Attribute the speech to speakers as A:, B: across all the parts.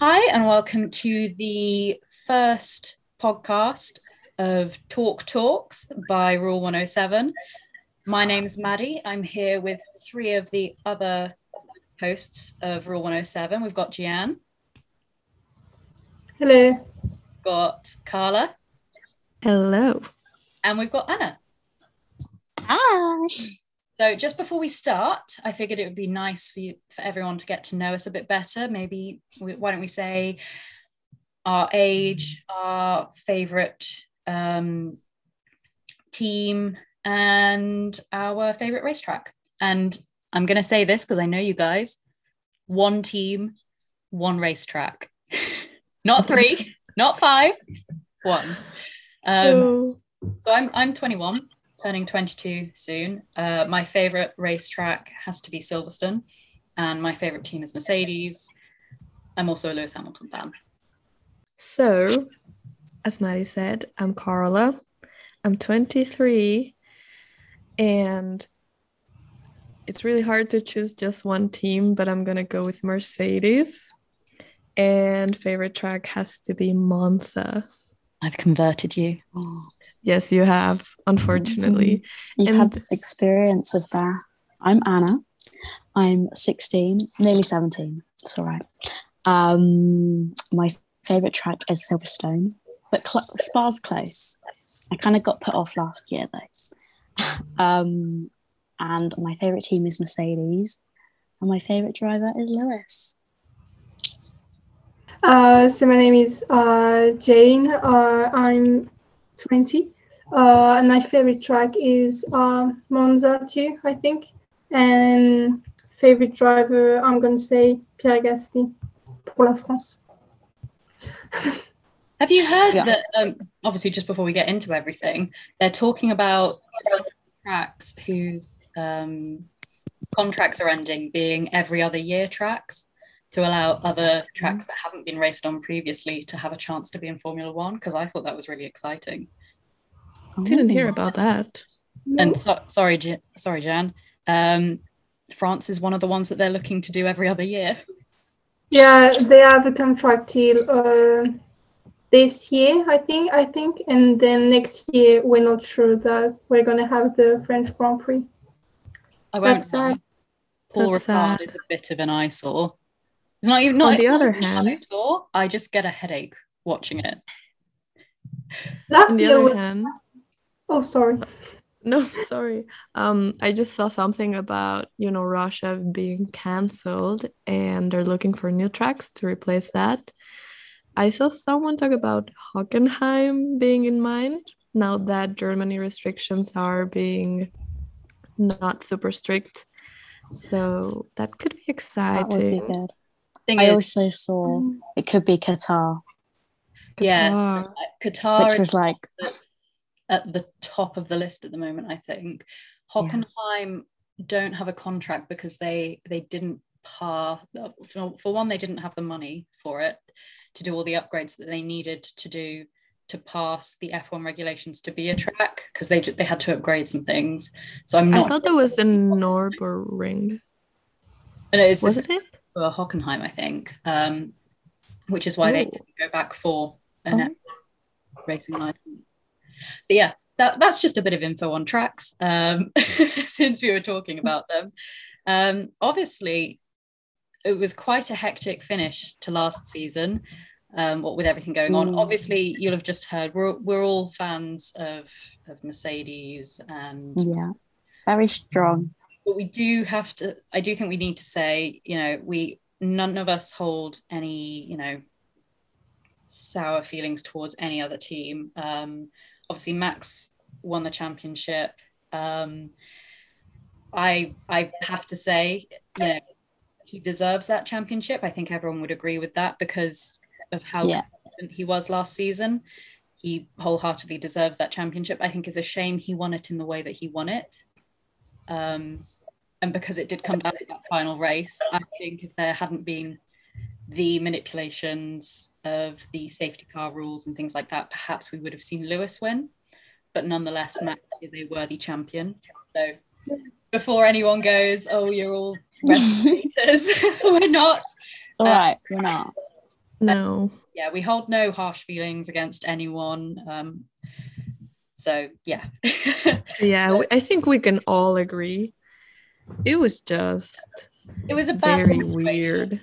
A: Hi, and welcome to the first podcast of Talk Talks by Rule 107. My name's Maddie. I'm here with three of the other hosts of Rule 107. We've got Gian,
B: Hello.
A: got Carla,
C: Hello.
A: and we've got Anna.
D: Hi.
A: So just before we start, I figured it would be nice for you for everyone to get to know us a bit better. Maybe we, why don't we say our age, our favorite um, team, and our favorite racetrack. And I'm going to say this because I know you guys: one team, one racetrack, not three, not five, one. Um,
C: Oh.
A: so I'm I'm 21, turning 22 soon. Uh, my favorite racetrack has to be Silverstone, and my favorite team is Mercedes. I'm also a Lewis Hamilton fan.
C: So, as Maddie said, I'm Carla. I'm 23, and it's really hard to choose just one team, but I'm gonna go with Mercedes. And favorite track has to be Monza.
A: I've converted you.
C: Yes, you have, unfortunately.
D: You've
A: Um,
C: And-
D: had experience with that. I'm Anna. I'm 16, nearly 17. It's all right. Um, my favourite track is Silverstone, but cl- Spa's close. I kind of got put off last year though. um, and my favourite team is Mercedes, and my favourite driver is Lewis.
B: Uh, so my name is uh, Jane. Uh, I'm 20, uh, and my favorite track is uh, Monza too, I think. And favorite driver, I'm gonna say Pierre Gasly pour la France.
A: Have you heard
D: Yeah.
A: that? Um, obviously, just before we get into everything, they're talking about some tracks whose um, contracts are ending being every other year tracks to allow other tracks that haven't been raced on previously to have a chance to be in Formula One. Because I thought that was really exciting.
C: Didn't hear
D: Ooh.
C: about that.
A: And so, sorry, Jan, sorry, Jan. Um, France is one of the ones that they're looking to do every other year.
B: Yeah, they have a contract till uh, this year, I think. I think, and then next year we're not sure that we're gonna have the French Grand Prix.
A: I won't.
B: That's sad.
A: lie. Paul
C: That's
A: Ricard
C: sad.
A: is a bit of an eyesore. It's not even. Not,
C: On
A: it's
C: the
A: not
C: other
A: even an
C: hand-
A: eyesore. I just get a headache watching it.
C: On
B: Last
C: the
B: year,
C: other
B: was,
C: hand,
B: oh sorry.
C: No, sorry. Um, I just saw something about, you know, Russia being canceled and they're looking for new tracks to replace that. I saw someone talk about Hockenheim being in mind now that Germany restrictions are being not super strict. So that could be
D: That would be
C: exciting.
D: good.
A: Thing
D: I
A: is,
D: also saw
C: Oh.
D: it could be Qatar,
A: yes,
C: Guitar.
A: Qatar
D: which
A: is
D: was like
A: at the top of the list at the moment. I think Hockenheim don't have a contract because they they didn't par for, for one they didn't have the money for it to do all the upgrades that they needed to do to pass the F1 regulations to be a track because they ju- they had to upgrade some things. So I'm
C: I
A: not.
C: thought that was the Nürburgring,
A: and it is this
C: wasn't it?
A: for Hockenheim, I think, um, which is why they
C: Ooh.
A: didn't go back for an
C: Oh.
A: F1 racing license. But yeah, that, that's just a bit of info on tracks um, since we were talking about them. Um, obviously, it was quite a hectic finish to last season, um, what with everything going on.
D: Mm.
A: Obviously, you'll have just heard we're, we're all fans of, of Mercedes and
D: yeah, very strong.
A: but we do have to i do think we need to say you know we none of us hold any you know sour feelings towards any other team um obviously max won the championship um i i have to say you know he deserves that championship i think everyone would agree with that because of how
D: Yeah.
A: consistent he was last season he wholeheartedly deserves that championship i think it's a shame he won it in the way that he won it um, and because it did come down to that final race, I think if there hadn't been the manipulations of the safety car rules and things like that, perhaps we would have seen Lewis win. But nonetheless, Max is a worthy champion. So before anyone goes, oh, you're all Red haters, we're not.
D: All
A: Uh,
D: right, we're not.
C: No.
A: yeah, we hold no harsh feelings against anyone. Um, so yeah, it
C: Yeah, w- I think we can all agree. It was just
A: was a bad
C: very
A: situation.
C: weird.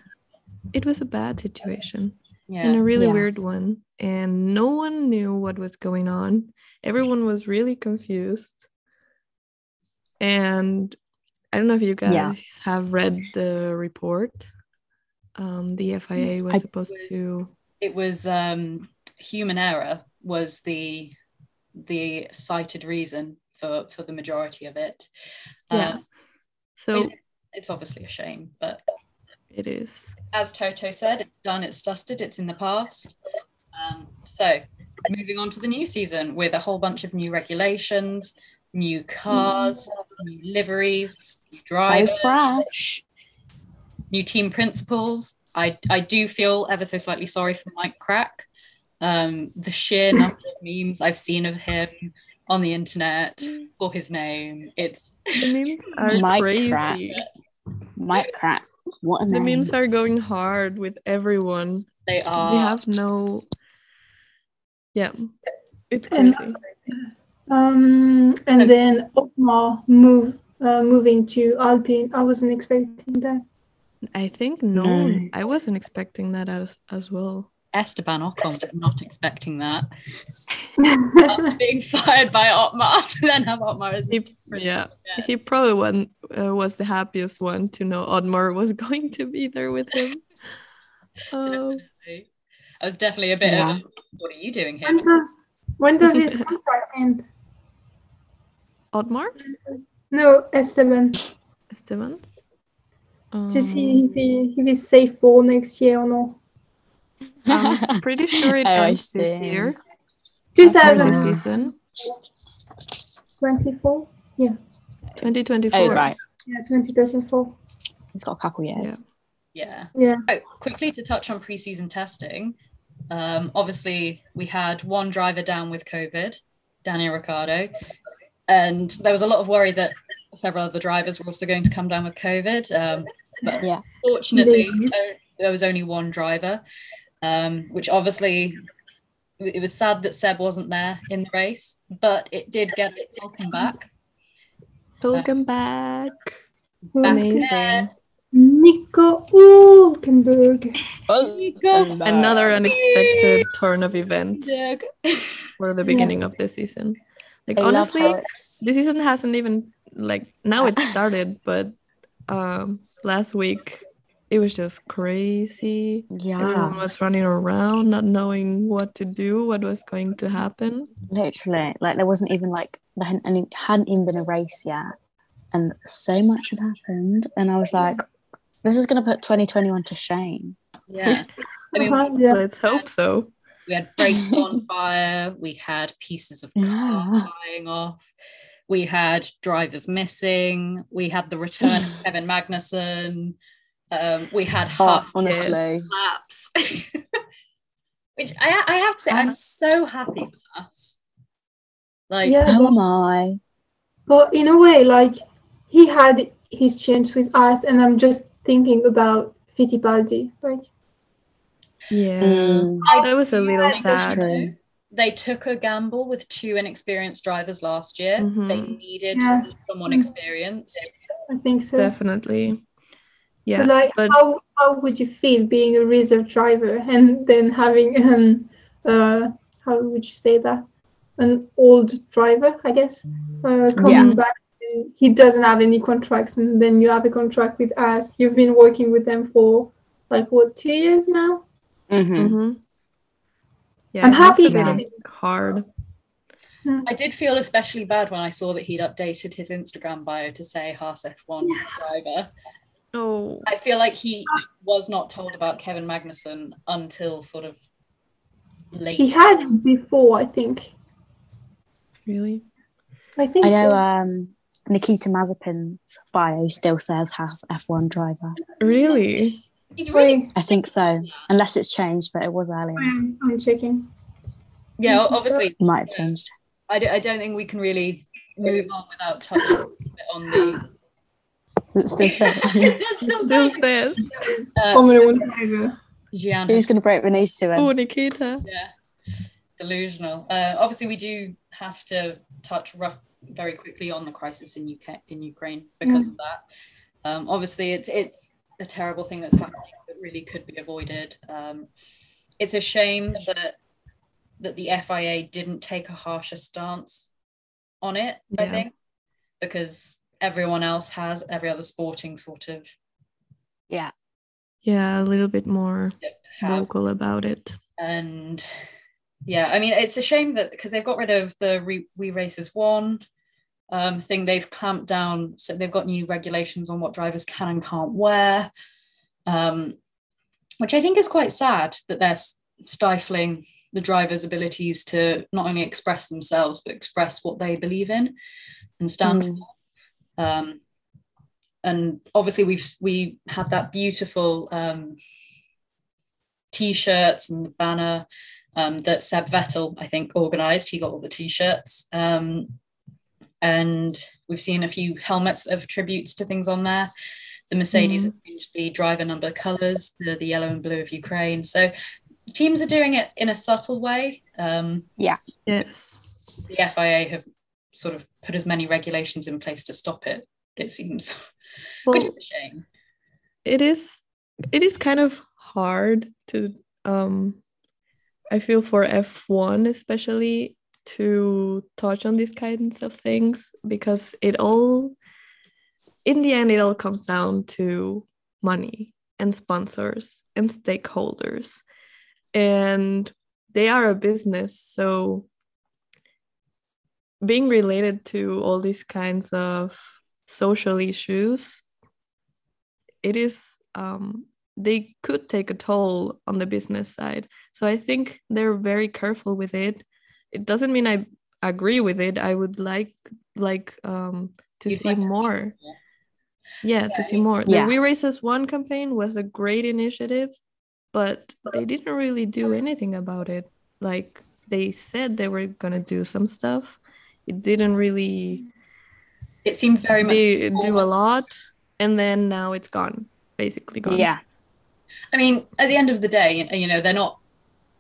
C: It was a bad situation and
A: Yeah,
C: a really
D: Yeah.
C: weird one. And no one knew what was going on. Everyone was really confused. And I don't know if you guys
D: Yeah.
C: have read the report. Um, the FIA was
D: Mm, I-
C: supposed
A: Was-
C: to.
A: it was um, human error was the the cited reason for for the majority of it.
C: Yeah.
A: Um, I
C: So
A: mean, it's obviously a shame, but
C: it is.
A: as Toto said, it's done, it's dusted, it's in the past. Um, so, moving on to the new season with a whole bunch of new regulations, new cars, new liveries, new
D: So
A: drivers,
D: fresh.
A: new team principals. I, I do feel ever so slightly sorry for Mike Crack. Um, the sheer number of memes I've seen of him on the internet for his name, it's
C: The memes are
D: Mic
C: crazy.
D: crack. Might crack. What a
C: The
D: name.
C: memes are going hard with everyone.
A: they are
C: we have no. Yeah, it's
B: And-
C: crazy.
B: Um, and
A: Okay.
B: then Otmar move uh, moving to Alpine. I wasn't expecting that.
C: I think no,
D: No.
C: I wasn't expecting that as as well.
A: Esteban Ocon was not expecting that.
C: Oh,
A: being fired by Otmar to then have Otmar as a
C: He-
A: team principal.
C: Yeah, he probably one uh, was the happiest one to know Oddmar was going to be there with him. Oh,
A: Definitely. I was definitely a bit
D: Yeah.
A: of what are you doing here?
B: when does when does his contract end?
C: Oddmar's
B: No, Esteban
C: Esteban.
B: to see
C: Um,
B: if he if he's safe for next year or not.
C: Um, I'm pretty sure it
D: Oh, I
C: ends this
D: see.
C: year.
D: was-
B: 2024.
C: this season, 2024.
D: oh, right.
B: Yeah, 2024.
D: He's got a couple years.
A: Yeah.
B: Yeah.
A: So, Oh, quickly to touch on preseason testing. Um, obviously, we had one driver down with COVID, Daniel Ricciardo, and there was a lot of worry that several other drivers were also going to come down with COVID. Um, but
D: Yeah.
A: fortunately,
B: They-
A: o- there was only one driver, um, which obviously it was sad that Seb wasn't there in the race, but it did get us welcome back.
C: Welcome back.
A: Back
C: Amazing.
A: there.
B: Nico Hulkenberg.
D: Oh,
A: Go.
C: Another unexpected turn of events
A: Doug.
C: for the beginning of the season. Like
D: I love
C: honestly,
D: how it's-
C: the season hasn't even like now it started, but um last week it was just crazy. Everyone
D: yeah,
C: was running around, not knowing what to do, what was going to happen.
D: literally. Like there wasn't even like there hadn't, and it hadn't even been a race yet, and so much had happened. And I was like, this is gonna put 2021 to shame.
A: Yeah. I mean,
B: Uh-huh, yeah.
C: Let's hope so.
A: We had brakes on fire. We had pieces of car
D: Yeah.
A: flying off. We had drivers missing. We had the return of Kevin Magnussen. Um, we had
B: Oh,
D: But
A: hearts
D: honestly,
A: slaps. Which I, I have to say, I'm so happy for us. Like,
B: Yeah.
D: who am I?
B: But in a way, like he had his chance with us, and I'm just thinking about Fittipaldi. Like
C: Yeah.
D: Mm,
A: I
C: That was a little
A: think that's
C: sad.
A: true. They took a gamble with two inexperienced drivers last year. They
C: Mhm.
A: needed
B: Mm-hmm. Yeah.
A: someone
B: Mm.
A: experienced.
B: I think so.
C: Definitely. Yeah.
B: but like,
C: but-
B: how how would you feel being a reserve driver and then having an uh how would you say that an old driver, I guess, uh, coming
D: Yeah.
B: back. And he doesn't have any contracts, and then you have a contract with us. You've been working with them for like what two years now.
D: mhm.
C: Mhm.
A: Hmm.
C: Yeah,
B: I'm
C: it must
B: happy
C: have
B: about
C: been hard.
A: I did feel especially bad when I saw that he'd updated his Instagram bio to say Haas F1 driver.
C: Oh,
A: I feel like he was not told about Kevin Magnussen until sort of late.
B: He had it before, I think.
C: really?
B: I think
D: I know
B: so.
D: um, Nikita Mazepin's bio still says has F1 driver.
C: Really?
A: He's really.
B: Wait,
D: I think so, unless it's changed, but it was earlier.
B: I'm, I'm checking.
A: Yeah, o- obviously,
D: Might have changed.
A: I, d- I don't think we can really move on without touching a bit on the.
D: It still says.
A: it does
C: It
A: still
C: still
A: sound
C: says.
A: uh,
B: Formula One driver.
A: Gian
D: Who's going to break Renee's to
C: Oh,
D: him?
C: Nikita.
A: yeah delusional uh, obviously we do have to touch rough very quickly on the crisis in UK in Ukraine because of that um, obviously it's it's a terrible thing that's happening that really could be avoided um, it's a shame that that the FIA didn't take a harsher stance on it I
C: Yeah.
A: think because everyone else has every other sporting sort of
D: Yeah.
C: Yeah, a little bit more
A: have
C: vocal about it.
A: and yeah i mean it's a shame that because they've got rid of the re- we races one um, thing they've clamped down so they've got new regulations on what drivers can and can't wear um, which i think is quite sad that they're s- stifling the drivers abilities to not only express themselves but express what they believe in and stand
D: Mm.
A: for um, and obviously we've we had that beautiful um, t-shirts and the banner um, that Seb Vettel, I think, organised. He got all the t-shirts, um, and we've seen a few helmets that have tributes to things on there. The
C: Mm.
A: Mercedes have changed the driver number colours to the yellow and blue of Ukraine. So teams are doing it in a subtle way. Um,
C: Yes.
A: the FIA have sort of put as many regulations in place to stop it. It seems which
C: Well,
A: is a shame.
C: it is it is kind of hard to um i feel for f1 especially to touch on these kinds of things because it all in the end it all comes down to money and sponsors and stakeholders and they are a business so being related to all these kinds of social issues it is um, they could take a toll on the business side so i think they're very careful with it it doesn't mean i agree with it i would like like um, to
A: You'd
C: see
A: like to see
C: more yeah, to see more.
D: Yeah.
C: The We Races One campaign was a great initiative, but they didn't really do anything about it. Like they said they were gonna do some stuff. It didn't really
A: It seemed very much
C: do, do a lot, and then now it's gone, basically gone.
D: Yeah.
A: I mean, at the end of the day, you know, they're not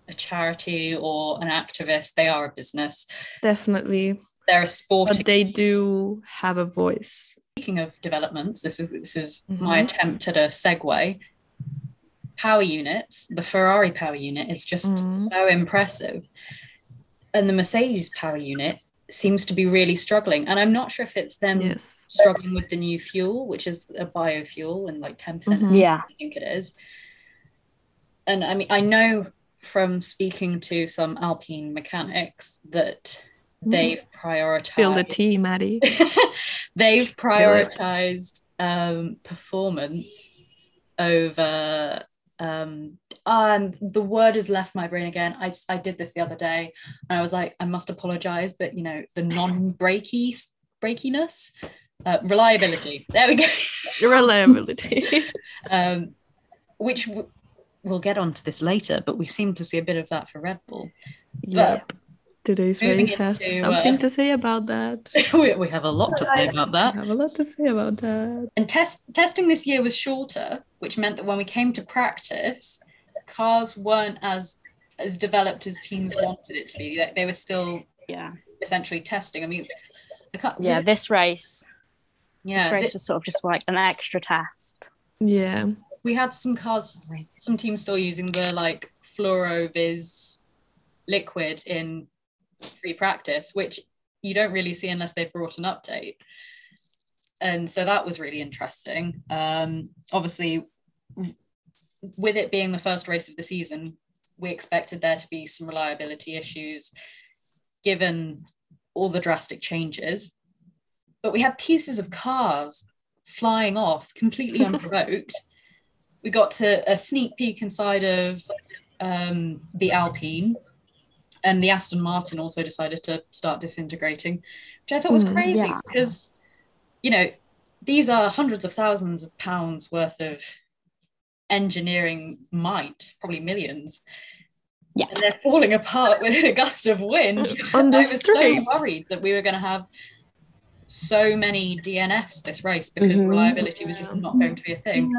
A: a charity or an activist. They are a business.
C: definitely.
A: They're a sporting.
C: But they do have a voice.
A: Speaking of developments, this is this is my
C: Mhm.
A: attempt at a segue. Power units, the Ferrari power unit is just
C: Mhm.
A: so impressive, and the Mercedes power unit seems to be really struggling. And I'm not sure if it's them
C: Yes.
A: struggling with the new fuel, which is a biofuel and like 10%
C: Mhm.
A: energy,
D: Yeah.
A: I think it is. And I mean, I know from speaking to some Alpine mechanics that
C: Mm-hmm.
A: they've
C: Spill the
A: prioritized
C: tea, Maddie.
A: they've
C: it.
A: prioritized um, performance over um, um the word has left my brain again I, I did this the other day and i was like i must apologize but you know the non-breaky breakiness uh, reliability there we go
C: Reliability.
A: um, which w- we'll get onto this later but we seem to see a bit of that for red bull
C: yep. Today's
A: moving
C: race has
A: into, uh,
C: something to say about that.
A: we, we have a lot to say about
C: I
A: that
C: have a lot to say about that.
A: And test testing this year was shorter, which meant that when we came to practice, cars weren't as as developed as teams wanted it to be. They, they were still
D: Yeah.
A: essentially testing. I mean, I can't, was
D: Yeah.
A: it-
D: This race.
A: yeah.
D: This race
A: th-
D: was sort of just like an extra test.
C: Yeah.
A: we had some cars, some teams still using the like fluorovis liquid in free practice, which you don't really see unless they've brought an update. And so that was really interesting. Um, obviously, with it being the first race of the season, we expected there to be some reliability issues given all the drastic changes. But we had pieces of cars flying off completely unprovoked. We got to a sneak peek inside of um, the Alpine, and the Aston Martin also decided to start disintegrating, which I thought was
C: Hmm,
A: crazy
D: yeah.
A: because, you know, these are hundreds of thousands of pounds worth of engineering might, probably millions.
D: Yeah.
A: And they're falling apart with a gust of wind.
C: On the
A: I was so
C: street.
A: worried that we were going to have so many DNFs this race because
D: Mhm.
A: reliability was just not going to be a thing.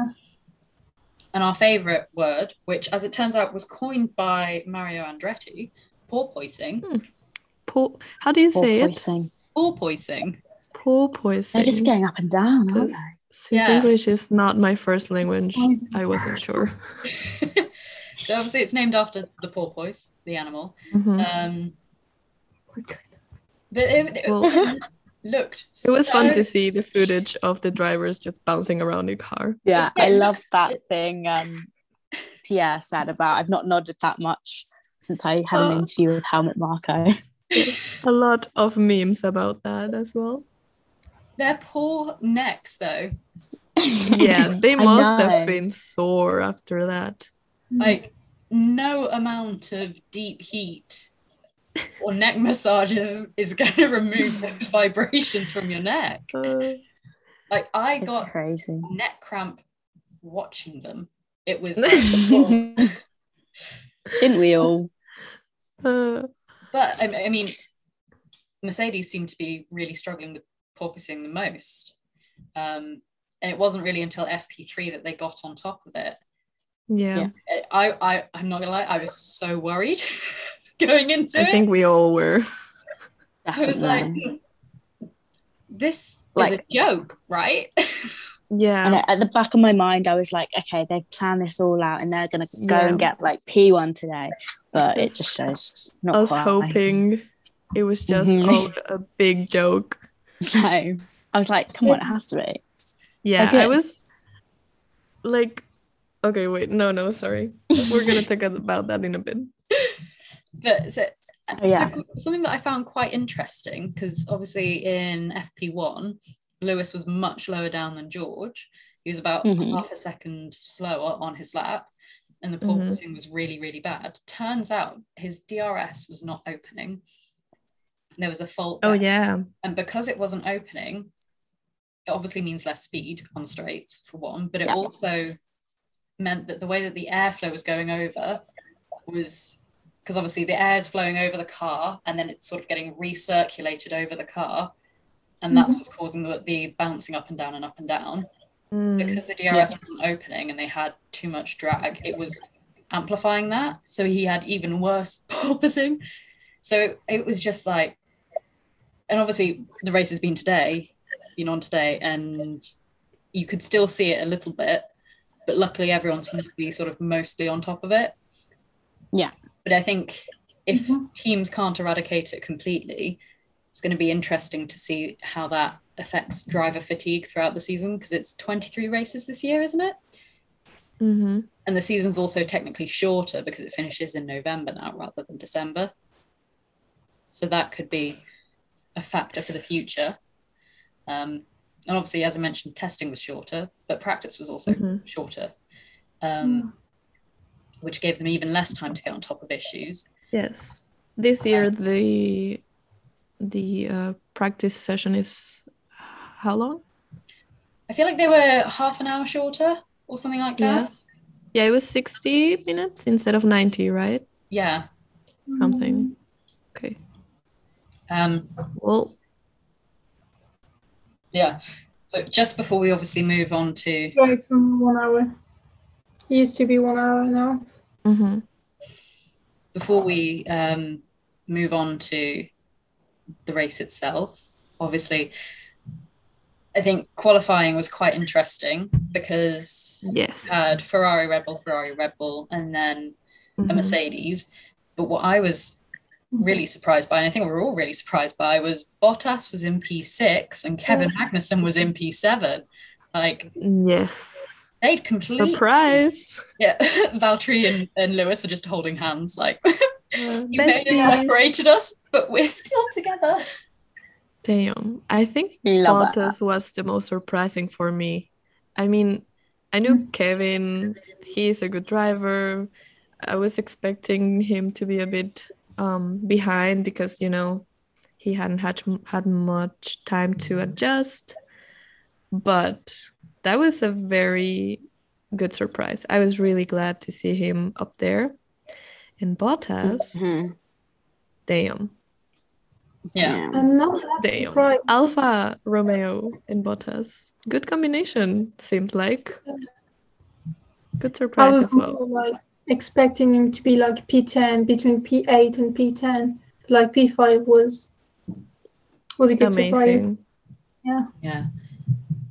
A: And our favorite word, which as it turns out was coined by Mario Andretti, porpoising.
C: Por- How do you say it?
D: Porpoising.
A: Porpoising.
C: Porpoising.
D: They're just going up and down, aren't
C: This-
D: they?
C: Since
A: Yeah.
C: English is not my first language,
B: Oh,
C: I wasn't sure.
A: so obviously it's named after the porpoise, the animal.
C: Mhm.
A: Um, but it, it
C: Oh Well-
A: looked
C: It was
A: so-
C: fun to see the footage of the drivers just bouncing around the car.
D: Yeah, I
A: Yeah.
D: love that thing um, Pierre said about I've not nodded that much since I had
C: Oh.
D: an interview with Helmut Marco.
C: A lot of memes about that as well.
A: Their poor necks, though.
C: Yeah, they
D: I
C: must have
D: know.
C: been sore after that.
A: Like no amount of deep heat or neck massages is going to remove those vibrations from your neck.
C: Uh,
A: Like I
D: It's
A: got
D: crazy.
A: neck cramp watching them. It was,
D: Didn't we all?
C: uh,
A: but I, I mean, Mercedes seemed to be really struggling with porpoising the most. Um, and it wasn't really until FP3 that they got on top of it.
C: yeah,
D: Yeah.
A: I, I I'm not gonna lie, I was so worried going into
C: I
A: it.
C: think we all were.
A: I was
D: Definitely.
A: like, this is a
D: Like-
A: joke, right?
C: Yeah,
D: And at the back of my mind, I was like, okay, they've planned this all out and they're going to go
C: Yeah.
D: and get like P1 today. But it just shows not
C: I was
D: quite.
C: hoping it was just
D: Mhm.
C: all a big joke.
D: So I was like, come on, it has to be.
C: Yeah, I
D: did.
C: was like, okay, wait, no, no, sorry. We're gonna talk about that in a bit.
A: but so,
D: Oh, yeah.
A: something that I found quite interesting because obviously in FP1, Lewis was much lower down than George. He was about
D: Mhm.
A: half a second slower on his lap, and the
C: Mhm.
A: porpoising was really, really bad. Turns out his DRS was not opening. There was a fault.
C: Oh
A: there.
C: yeah,
A: And because it wasn't opening, it obviously means less speed on straights for one, but it
D: Yeah.
A: also meant that the way that the airflow was going over was because obviously the air is flowing over the car and then it's sort of getting recirculated over the car. And that's what's causing the, the bouncing up and down and up and down.
C: Mm,
A: Because the DRS wasn't opening and they had too much drag, it was amplifying that. So he had even worse porpoising. So it was just like, and obviously the race has been today, been on today, and you could still see it a little bit, but luckily everyone seems to be sort of mostly on top of it.
D: Yeah.
A: But I think if teams can't eradicate it completely, it's going to be interesting to see how that affects driver fatigue throughout the season because it's 23 races this year, isn't it?
C: hmm
A: And the season's also technically shorter because it finishes in November now rather than December. So that could be a factor for the future. Um, and obviously, as I mentioned, testing was shorter, but practice was also
C: Mhm.
A: shorter, um, which gave them even less time to get on top of issues.
C: Yes. This year the the uh, practice session is how long?
A: I feel like they were half an hour shorter or something like that.
C: Yeah, it was 60 minutes instead of 90, right?
A: Yeah.
C: Something. Okay.
A: Um,
C: Well,
A: yeah. So just before we obviously move on to
B: Yeah, it's one hour. It used to be one hour now.
C: mhm.
A: before we um, move on to the race itself, obviously, I think qualifying was quite interesting because
C: yes.
A: you had Ferrari, Red Bull, Ferrari, Red Bull, and then a
C: Mhm.
A: Mercedes. But what I was really surprised by, and I think we were all really surprised by, was Bottas was in P6 and Kevin Magnussen was in P7. Like
C: Yes.
A: they'd completely
C: Surprise.
A: yeah. Valtteri and, and Lewis are just holding hands, like
C: Uh,
A: You may have
C: besties.
A: separated us, but we're still together.
C: Damn. I think
D: Love it.
C: Bottas was the most surprising for me. I mean, I knew Kevin, he's a good driver. I was expecting him to be a bit um, behind because, you know, he hadn't had, had much time to adjust. But that was a very good surprise. I was really glad to see him up there. And Bottas,
D: Mhm.
C: damn.
A: Yeah.
B: I'm not that
C: Damn.
B: surprised.
C: Alpha Romeo and Bottas. Good combination, seems like. Good
B: I
C: surprise
B: was
C: as well.
B: more like expecting him to be like P10 between P8 and P10. Like P5 was was a good surprise.
C: Amazing.
A: Yeah.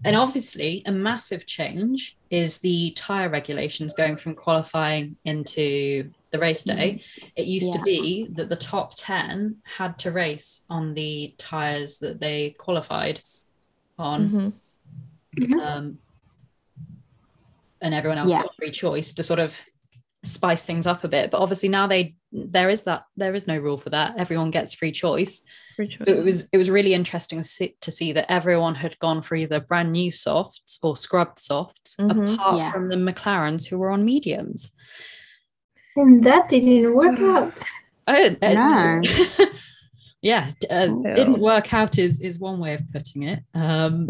A: And obviously, a massive change is the tyre regulations going from qualifying into the race day. It used to
D: Yeah.
A: be that the top 10 had to race on the tyres that they qualified on,
C: Mhm.
A: um, and everyone else
D: Yeah.
A: got free choice to sort of spice things up a bit. But obviously, now they there is that there is no rule for that. Everyone gets free choice.
C: Free
A: So it
C: choice.
A: was it was really interesting to see, to see that everyone had gone for either brand new softs or scrubbed softs,
C: Mhm.
A: apart
D: Mm-hmm. Yeah.
A: from the McLarens who were on mediums.
B: And that didn't work out.
A: Oh, uh,
D: No.
A: yeah, d- uh,
D: Ew.
A: didn't work out is is one way of putting it. Um,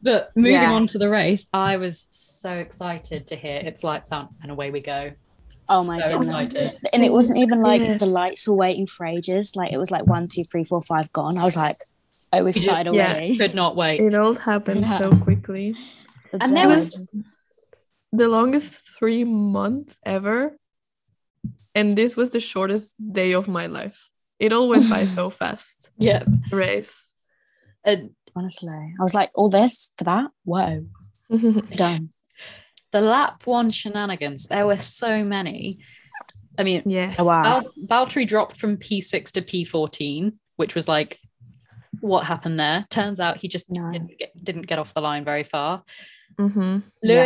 A: but moving
D: Yeah.
A: on to the race, I was so excited to hear it's lights out and away we go.
D: Oh my
A: so
D: goodness.
A: Excited.
D: and it wasn't even like
C: Yes.
D: the lights were waiting for ages. Like it was like one, two, three, four, five gone. I was like, oh, we've
A: Yeah.
D: started
C: Yeah.
D: already.
A: Could not wait.
C: It all happened
D: Yeah.
C: so quickly.
D: Absurd.
A: there was-
C: The longest three months ever. And this was the shortest day of my life. It all went by so fast.
A: Yeah.
C: Race.
A: And
D: honestly, I was like, all this for that? Whoa, done.
A: the lap one shenanigans, there were so many. I mean,
C: yes.
D: Oh, wow.
A: Val- Valtteri dropped from P6 to P14, which was like, what happened there? Turns out he just
D: No.
A: didn't, get, didn't get off the line very far.
C: hmm
D: Yeah.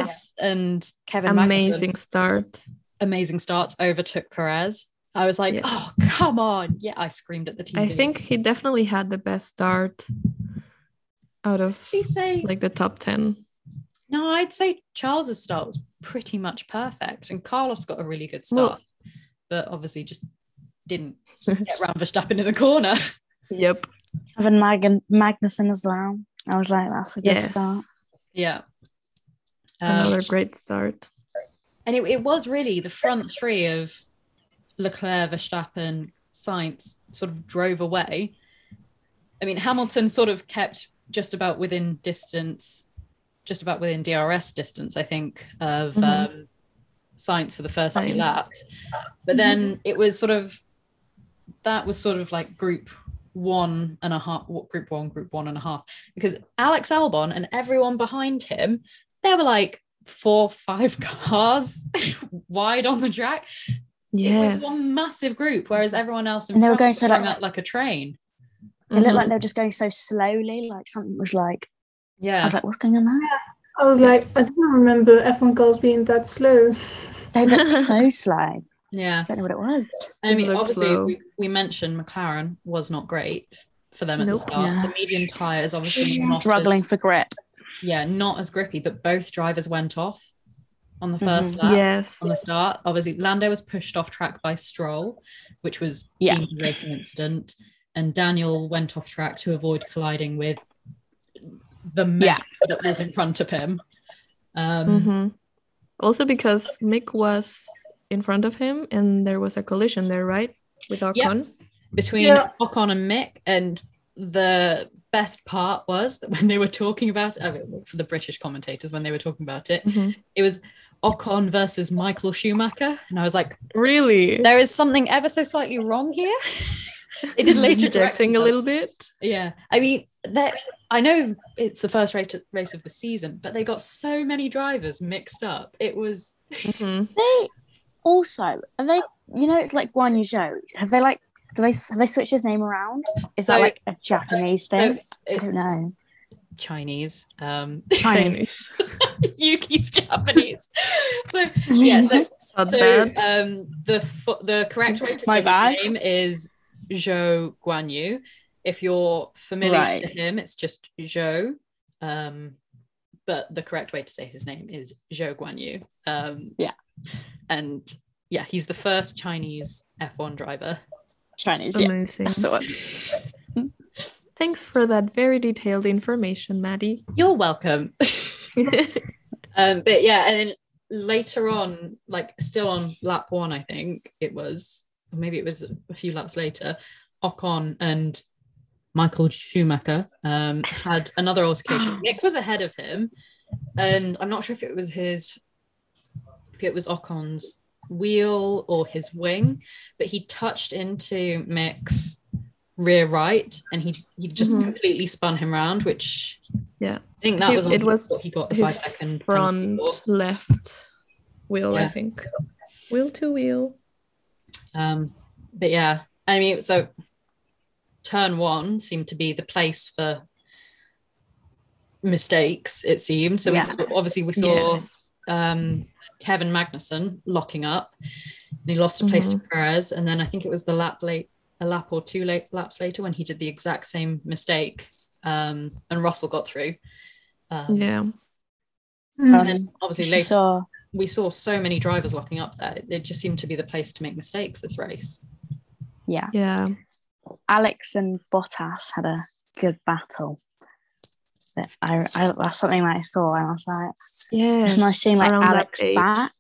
A: Lewis and Kevin Magnussen,
C: Amazing start.
A: amazing starts, overtook Perez. I was like,
C: Yeah.
A: oh, come on. Yeah, I screamed at the TV.
C: I think he definitely had the best start out of
A: Did he say,
C: like the top 10.
A: no, I'd say Charles's start was pretty much perfect. And Carlos got a really good start,
C: Well-
A: but obviously just didn't get round Verstappen in the corner.
C: Yep.
D: Having Mag- Magnuson as well. I was like, that's a good
C: Yes.
D: start.
A: yeah. Um,
C: Another great start.
A: And it, it was really the front three of Leclerc, Verstappen, Sainz sort of drove away. I mean, Hamilton sort of kept just about within distance, just about within DRS distance, I think, of
C: Mhm.
A: um, Sainz for the first few
C: Sainz.
A: laps. But
D: Mm-hmm.
A: then it was sort of, that was sort of like group one and a half, what group one, group one and a half, because Alex Albon and everyone behind him, they were like four, five cars wide on the track. It
C: Yes.
A: was one massive group, whereas everyone else in
D: And they were
A: front
D: going
A: was
D: so,
A: going
D: like-
A: out like a train.
D: It
A: Mm-hmm.
D: looked like
C: Mhm.
D: they were just going so slowly. Like something was like, I
A: Yeah,
D: was like, what's going on there?
B: I was like, I don't remember F1 girls being that slow.
D: They looked so slow. I
A: yeah.
D: don't know what it was.
A: I
C: It
A: mean,
C: looked
A: obviously,
C: slow.
A: we, we mentioned McLaren was not great for them at
C: Nope.
A: the start.
D: Yeah.
A: The medium tyre is obviously not as-
D: Struggling for grip.
A: yeah, not as grippy, but both drivers went off on the 1st lap.
C: Mm-hmm. Yes.
A: on the start. Obviously, Lando was pushed off track by Stroll, which was
D: Yeah.
A: deemed a racing incident, and Daniel went off track to avoid colliding with the mess that was in front of him. Um,
C: Mhm. Also because Mick was in front of him and there was a collision there, right? With Ocon.
A: Between
B: Yeah.
A: Ocon and Mick, and the best part was that when they were talking about it, I mean, for the British commentators, when they were talking about it,
C: Mhm.
A: it was Ocon versus Michael Schumacher, and I was like,
C: Really?
A: there is something ever so slightly wrong here. it did later correct
C: Projecting a
A: themselves.
C: little bit.
A: Yeah, I mean that. I know it's the first race race of the season, but they got so many drivers mixed up. It was
C: Mhm.
D: They also, are they, you know, it's like Guan Yu Zhou. Have they like, do they, have they switched his name around? Is that
A: So-
D: like a Japanese thing? I
A: it-
D: don't know.
A: Chinese. Um,
D: Chinese.
A: Yuki's Japanese. So yeah, so,
C: Not
A: so
C: bad.
A: um, the fo- the correct way to
D: My
A: say
D: bad.
A: his name is Zhou Guanyu. If you're familiar
D: Right.
A: to him, it's just Zhou. Um, but the correct way to say his name is Zhou Guanyu. Um,
D: Yeah.
A: and yeah, he's the first Chinese F1 driver.
D: Chinese, yeah.
C: Amazing.
D: That's the one.
C: Thanks for that very detailed information, Maddie.
A: You're welcome. Um, but yeah, and then later on, like still on lap one, I think it was, or maybe it was a few laps later, Ocon and Michael Schumacher um, had another altercation. Mick was ahead of him, and I'm not sure if it was his, if it was Ocon's wheel or his wing, but he touched into Mick's rear right, and he he just
C: Mhm.
A: completely spun him round, which
C: Yeah.
A: I think that
C: It-
A: was
C: it
A: on-
C: was
A: what he got the
C: his
A: five second penalty
C: Front
A: for.
C: left wheel, I
A: Yeah.
C: think. Wheel to wheel.
A: Um, but yeah, I mean, so turn one seemed to be the place for mistakes. It seemed so. We
D: Yeah.
A: saw, obviously, we saw um, Kevin Magnuson locking up, and he lost a place
D: Mm-hmm.
A: to Perez. And then I think it was the lap late, a lap or two late laps later when he did the exact same mistake, um, and Russell got through. Um,
C: Yeah.
B: Mm.
A: And then obviously,
D: She
A: later
D: saw
A: we saw so many drivers locking up there. It, it just seemed to be the place to make mistakes this race.
D: yeah.
C: Yeah.
D: Alex and Bottas had a good battle. But I, I that's something that I saw and I was like,
C: Yeah.
D: it's nice seeing like
C: around that
D: Alex
C: age.
D: back.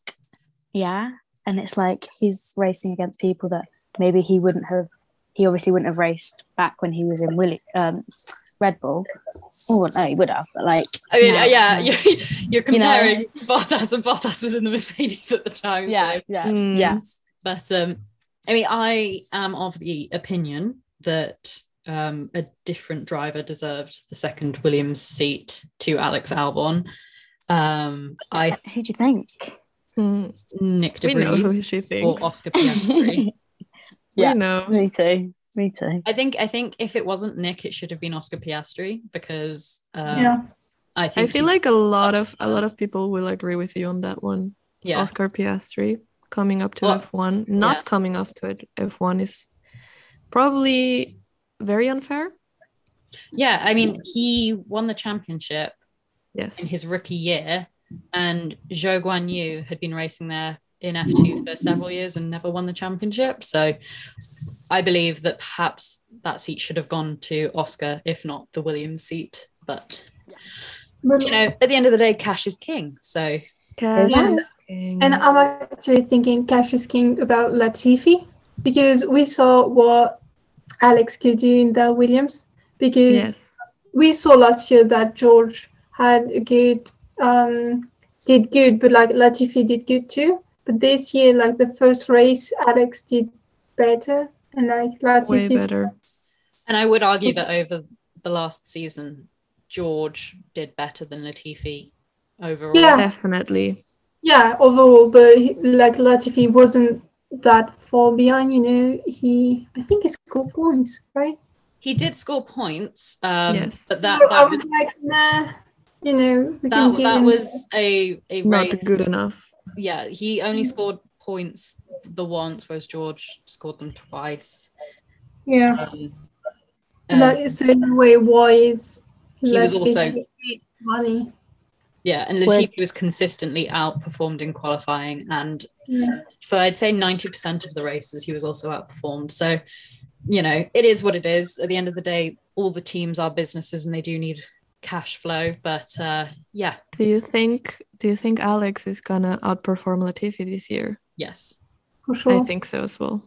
D: Yeah. And it's like he's racing against people that maybe he wouldn't have he obviously wouldn't have raced back when he was in Willie um Red Bull. Oh no, he would have, but like
A: I mean,
D: now
A: uh,
D: it's
A: yeah,
D: nice.
A: you're, you're
D: You know?
A: comparing Bottas, and Bottas was in the Mercedes at the time.
D: yeah,
A: so-
D: yeah,
C: Mm.
D: yeah.
A: But um, I mean, I am of the opinion that um, a different driver deserved the second Williams seat to Alex Albon. Um, I
D: Who do you think?
C: Mm.
A: Nick
C: We know who
A: DeVries
C: she
A: or
C: thinks.
A: Oscar Piastri.
D: Yeah.
C: We know.
D: Me too. Me too.
A: I think I think if it wasn't Nick, it should have been Oscar Piastri because um,
B: Yeah.
A: I think
C: I feel
A: he-
C: like a lot of a lot of people will agree with you on that one.
A: yeah.
C: Oscar Piastri coming up to
A: Well,
C: F1, not
A: yeah.
C: coming off to it. F1 is probably very unfair.
A: yeah, I mean, he won the championship
C: Yes.
A: in his rookie year, and Zhou Guan Yu had been racing there in F2 for several years and never won the championship. So I believe that perhaps that seat should have gone to Oscar, if not the Williams seat. But
B: But-
A: you know, at the end of the day, cash is king. So
C: Cash
B: Yeah.
C: is king.
B: And I'm actually thinking Cash is King about Latifi because we saw what Alex could do in the Williams because
C: yes.
B: we saw last year that George had a good um did good but like Latifi did good too. But this year like the first race Alex did better and like
C: Way
B: Latifi
C: better.
A: And I would argue that over the last season, George did better than Latifi overall.
B: Yeah.
C: Definitely.
B: yeah overall but he- like Latifi wasn't that far behind, you know. He I think he scored points, right?
A: He did score points, um,
C: Yes.
A: but that,
B: So I
A: that,
B: was
A: was,
B: like, nah, you know, we can
A: that,
B: give
A: that
B: him-
A: was a, a race.
C: Not good enough.
A: Yeah, he only scored points the once, whereas George scored them twice.
B: yeah.
A: Um, uh,
B: like, so in a way, why is
A: He was
B: Latifi
A: also-
B: taking money?
A: yeah, and
D: Well-
A: Latifi was consistently outperformed in qualifying, and
B: Yeah.
A: for I'd say ninety percent of the races, he was also outperformed. So, you know, it is what it is. At the end of the day, all the teams are businesses, and they do need cash flow. But uh, yeah,
C: Do you think do you think Alex is gonna outperform Latifi this year?
A: yes,
B: for sure.
C: I think so as well.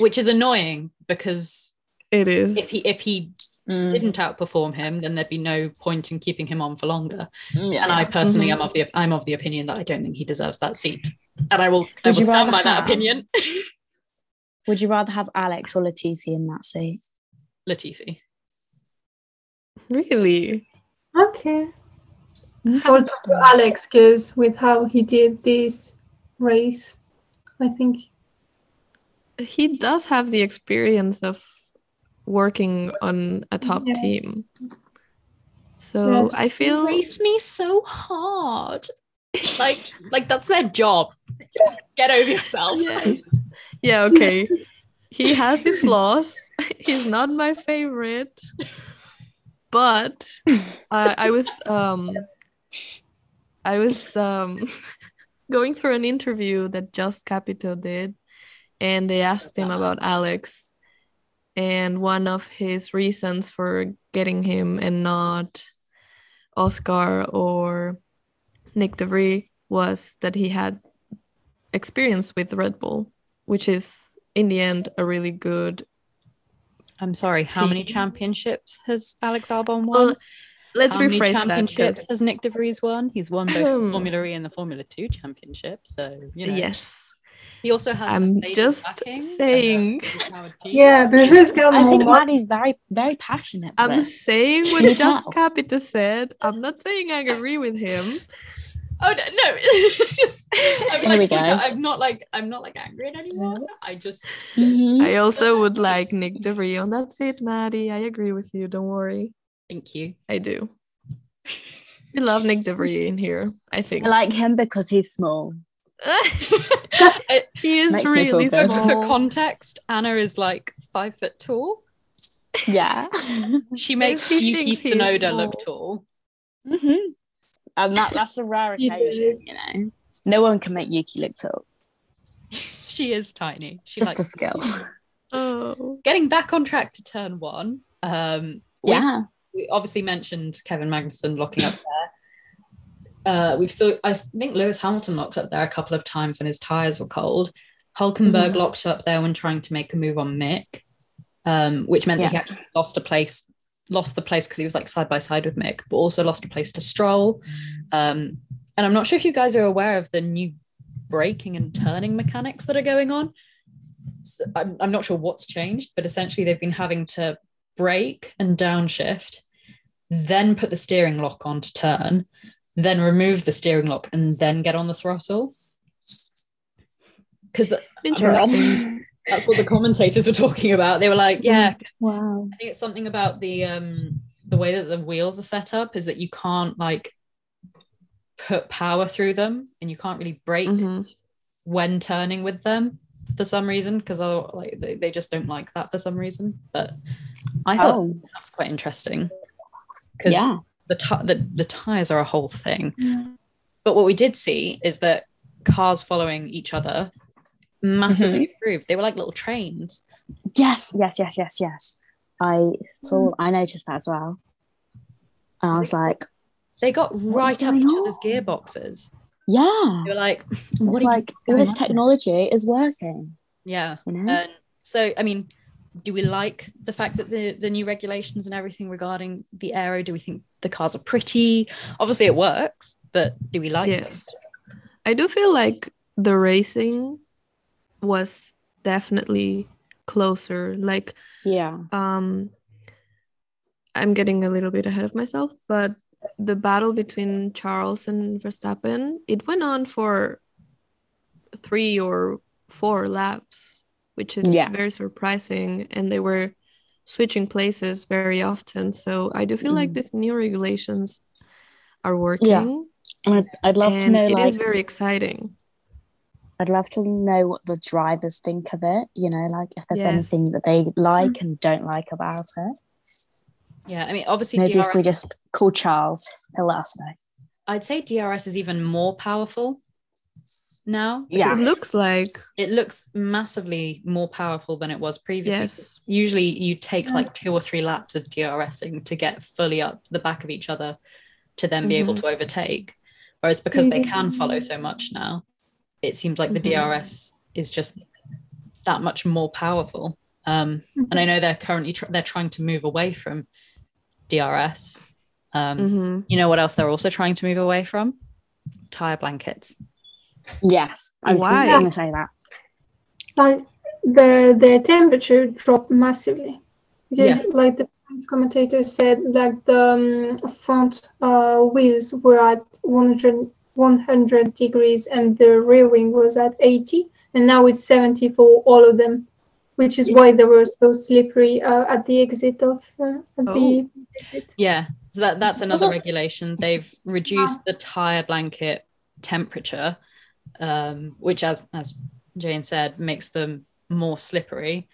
A: which is annoying because
C: It is.
A: if he if he
D: Mm,
A: didn't outperform him, then there'd be no point in keeping him on for longer.
D: yeah.
A: and I personally
C: Mm-hmm.
A: am of the I'm of the opinion that I don't think he deserves that seat, and I will I will
D: Would you
A: stand
D: rather
A: by that
D: have-
A: opinion.
D: Would you rather have Alex or Latifi in that seat?
A: Latifi,
C: really?
B: okay. I
D: Haven't
B: would prefer
D: started.
B: Alex because with how he did this race, I think.
C: He does have the experience of working on a top
B: Yeah.
C: team. So
B: Yes.
C: I feel
A: race me so hard, like like that's their job. Get over yourself.
C: Yes. Yeah, okay. he has his flaws. He's not my favorite. But I I was um I was um going through an interview that Just Capito did and they asked him about Alex and one of his reasons for getting him and not Oscar or Nick DeVry was that he had experience with Red Bull, which is in the end a really good.
A: I'm sorry. How many
C: Team. Um,
A: championships has Alex Albon won?
C: Well, Let's
A: How many
C: rephrase that.
A: championships
C: 'cause-
A: has Nick De Vries won? He's won both
C: Ahem.
A: the Formula E and the Formula Two championship. So you know,
C: Hmm. Yes.
A: he also has.
C: I'm
A: Mercedes
C: just
A: backing, so
C: saying.
A: that's Howard G.
B: Yeah, but who's got
D: I think
B: more?
D: Maddie's very, very passionate. for
C: I'm
D: this.
C: saying
D: you
C: what just
D: tell?
C: Capita said. I'm not saying I agree with him.
A: Oh no! no. just, I'm,
D: Here we
A: like,
D: go.
A: I'm not like I'm not like angry at anyone. I just
D: Mhm.
C: I also would like Nick DeVry on that's it, Maddie. I agree with you. Don't worry.
A: thank you.
C: I do. We love Nick DeVry in here, I think.
D: I like him because he's small.
A: I-
C: he is
D: Makes me feel
C: really
A: for,
D: good.
A: for
C: small.
A: context, Anna is like five foot tall.
D: Yeah.
A: She makes
C: she
A: Yuki
C: thinks he is
A: Tsunoda look
C: small.
A: tall.
D: hmm And that, that's a rare
B: You do.
D: occasion, you know. No one can make Yuki look tall.
A: She is tiny. She
D: Just
A: likes
D: a skill.
C: Oh.
A: Getting back on track to turn one. Um, we
D: Yeah.
A: we obviously mentioned Kevin Magnussen locking up there. Uh, we've saw I think Lewis Hamilton locked up there a couple of times when his tires were cold. Hulkenberg
C: Mhm.
A: locked up there when trying to make a move on Mick, um, which meant that he actually lost a place, lost the place because he was like side by side with Mick, but also lost a place to Stroll. Um, and I'm not sure if you guys are aware of the new braking and turning mechanics that are going on. So I'm, I'm not sure what's changed, but essentially they've been having to brake and downshift, then put the steering lock on to turn, then remove the steering lock and then get on the throttle. Because
C: Interesting.
A: that's what the commentators were talking about. They were like, yeah,
D: wow.
A: I think it's something about the um the way that the wheels are set up is that you can't like put power through them and you can't really brake
C: Mhm.
A: when turning with them for some reason because like they, they just don't like that for some reason but i thought
D: Oh,
A: that's quite interesting because
D: yeah.
A: the, ti the the tires are a whole thing but what we did see is that cars following each other massively
D: Mm-hmm.
A: improved they were like little trains
D: Yes, yes, yes, yes, yes. I
A: Hmm.
D: saw, I noticed that as well. And I was like,
A: they got right up
D: going
A: each
D: on?
A: other's gearboxes
D: yeah.
A: they were like what
D: It's
A: are you
D: like, all this
A: going on?
D: technology is working,
A: yeah
D: you know?
A: Um, so, I mean, do we like the fact that the, the new regulations and everything regarding the aero? Do we think the cars are pretty? Obviously, it works, but do we like
C: Yes. I do feel like the racing was definitely closer. Like
D: yeah.
C: um I'm getting a little bit ahead of myself, but the battle between Charles and Verstappen, it went on for three or four laps, which is
D: Yeah.
C: very surprising. And they were switching places very often. So I do feel like
D: Mhm.
C: these new regulations are working.
D: And I'd, I'd love to
C: and
D: know,
C: it is
D: like,
C: very exciting.
D: I'd love to know what the drivers think of it, you know, like if there's
C: Yes.
D: anything that they
A: Mm-hmm.
D: like and don't like about
A: it?
D: it.
A: Yeah, I mean, obviously,
D: Maybe if
A: DRS,
D: we just call Charles, he'll let us know.
A: I'd say DRS is even more powerful now.
D: Yeah.
C: It looks like
A: It looks massively more powerful than it was previously.
C: Yes.
A: Usually, you take like two or three laps of DRSing to get fully up the back of each other to then be able
C: Mhm.
A: to overtake. Whereas because they
B: Mhm.
A: can follow so much now, it seems like the
C: Mhm.
A: DRS is just that much more powerful. Um, And I know they're currently tr- they're trying to move away from DRS. Um,
C: mhm.
A: You know what else they're also trying to move away from? Tire blankets.
D: Yes. I was
C: Why?
D: going to say that.
B: Like the the temperature dropped massively because
A: Yeah.
B: like the commentator said like the um, front uh, wheels were at 100, 100 degrees and the rear wing was at 80 and now it's 70 for all of them which is why they were so slippery uh, at the exit of uh, at
D: Oh.
B: the exit.
A: Yeah, so that that's another
D: Also-
A: regulation. They've reduced the tire blanket temperature, um, which, as as Jane said, makes them more slippery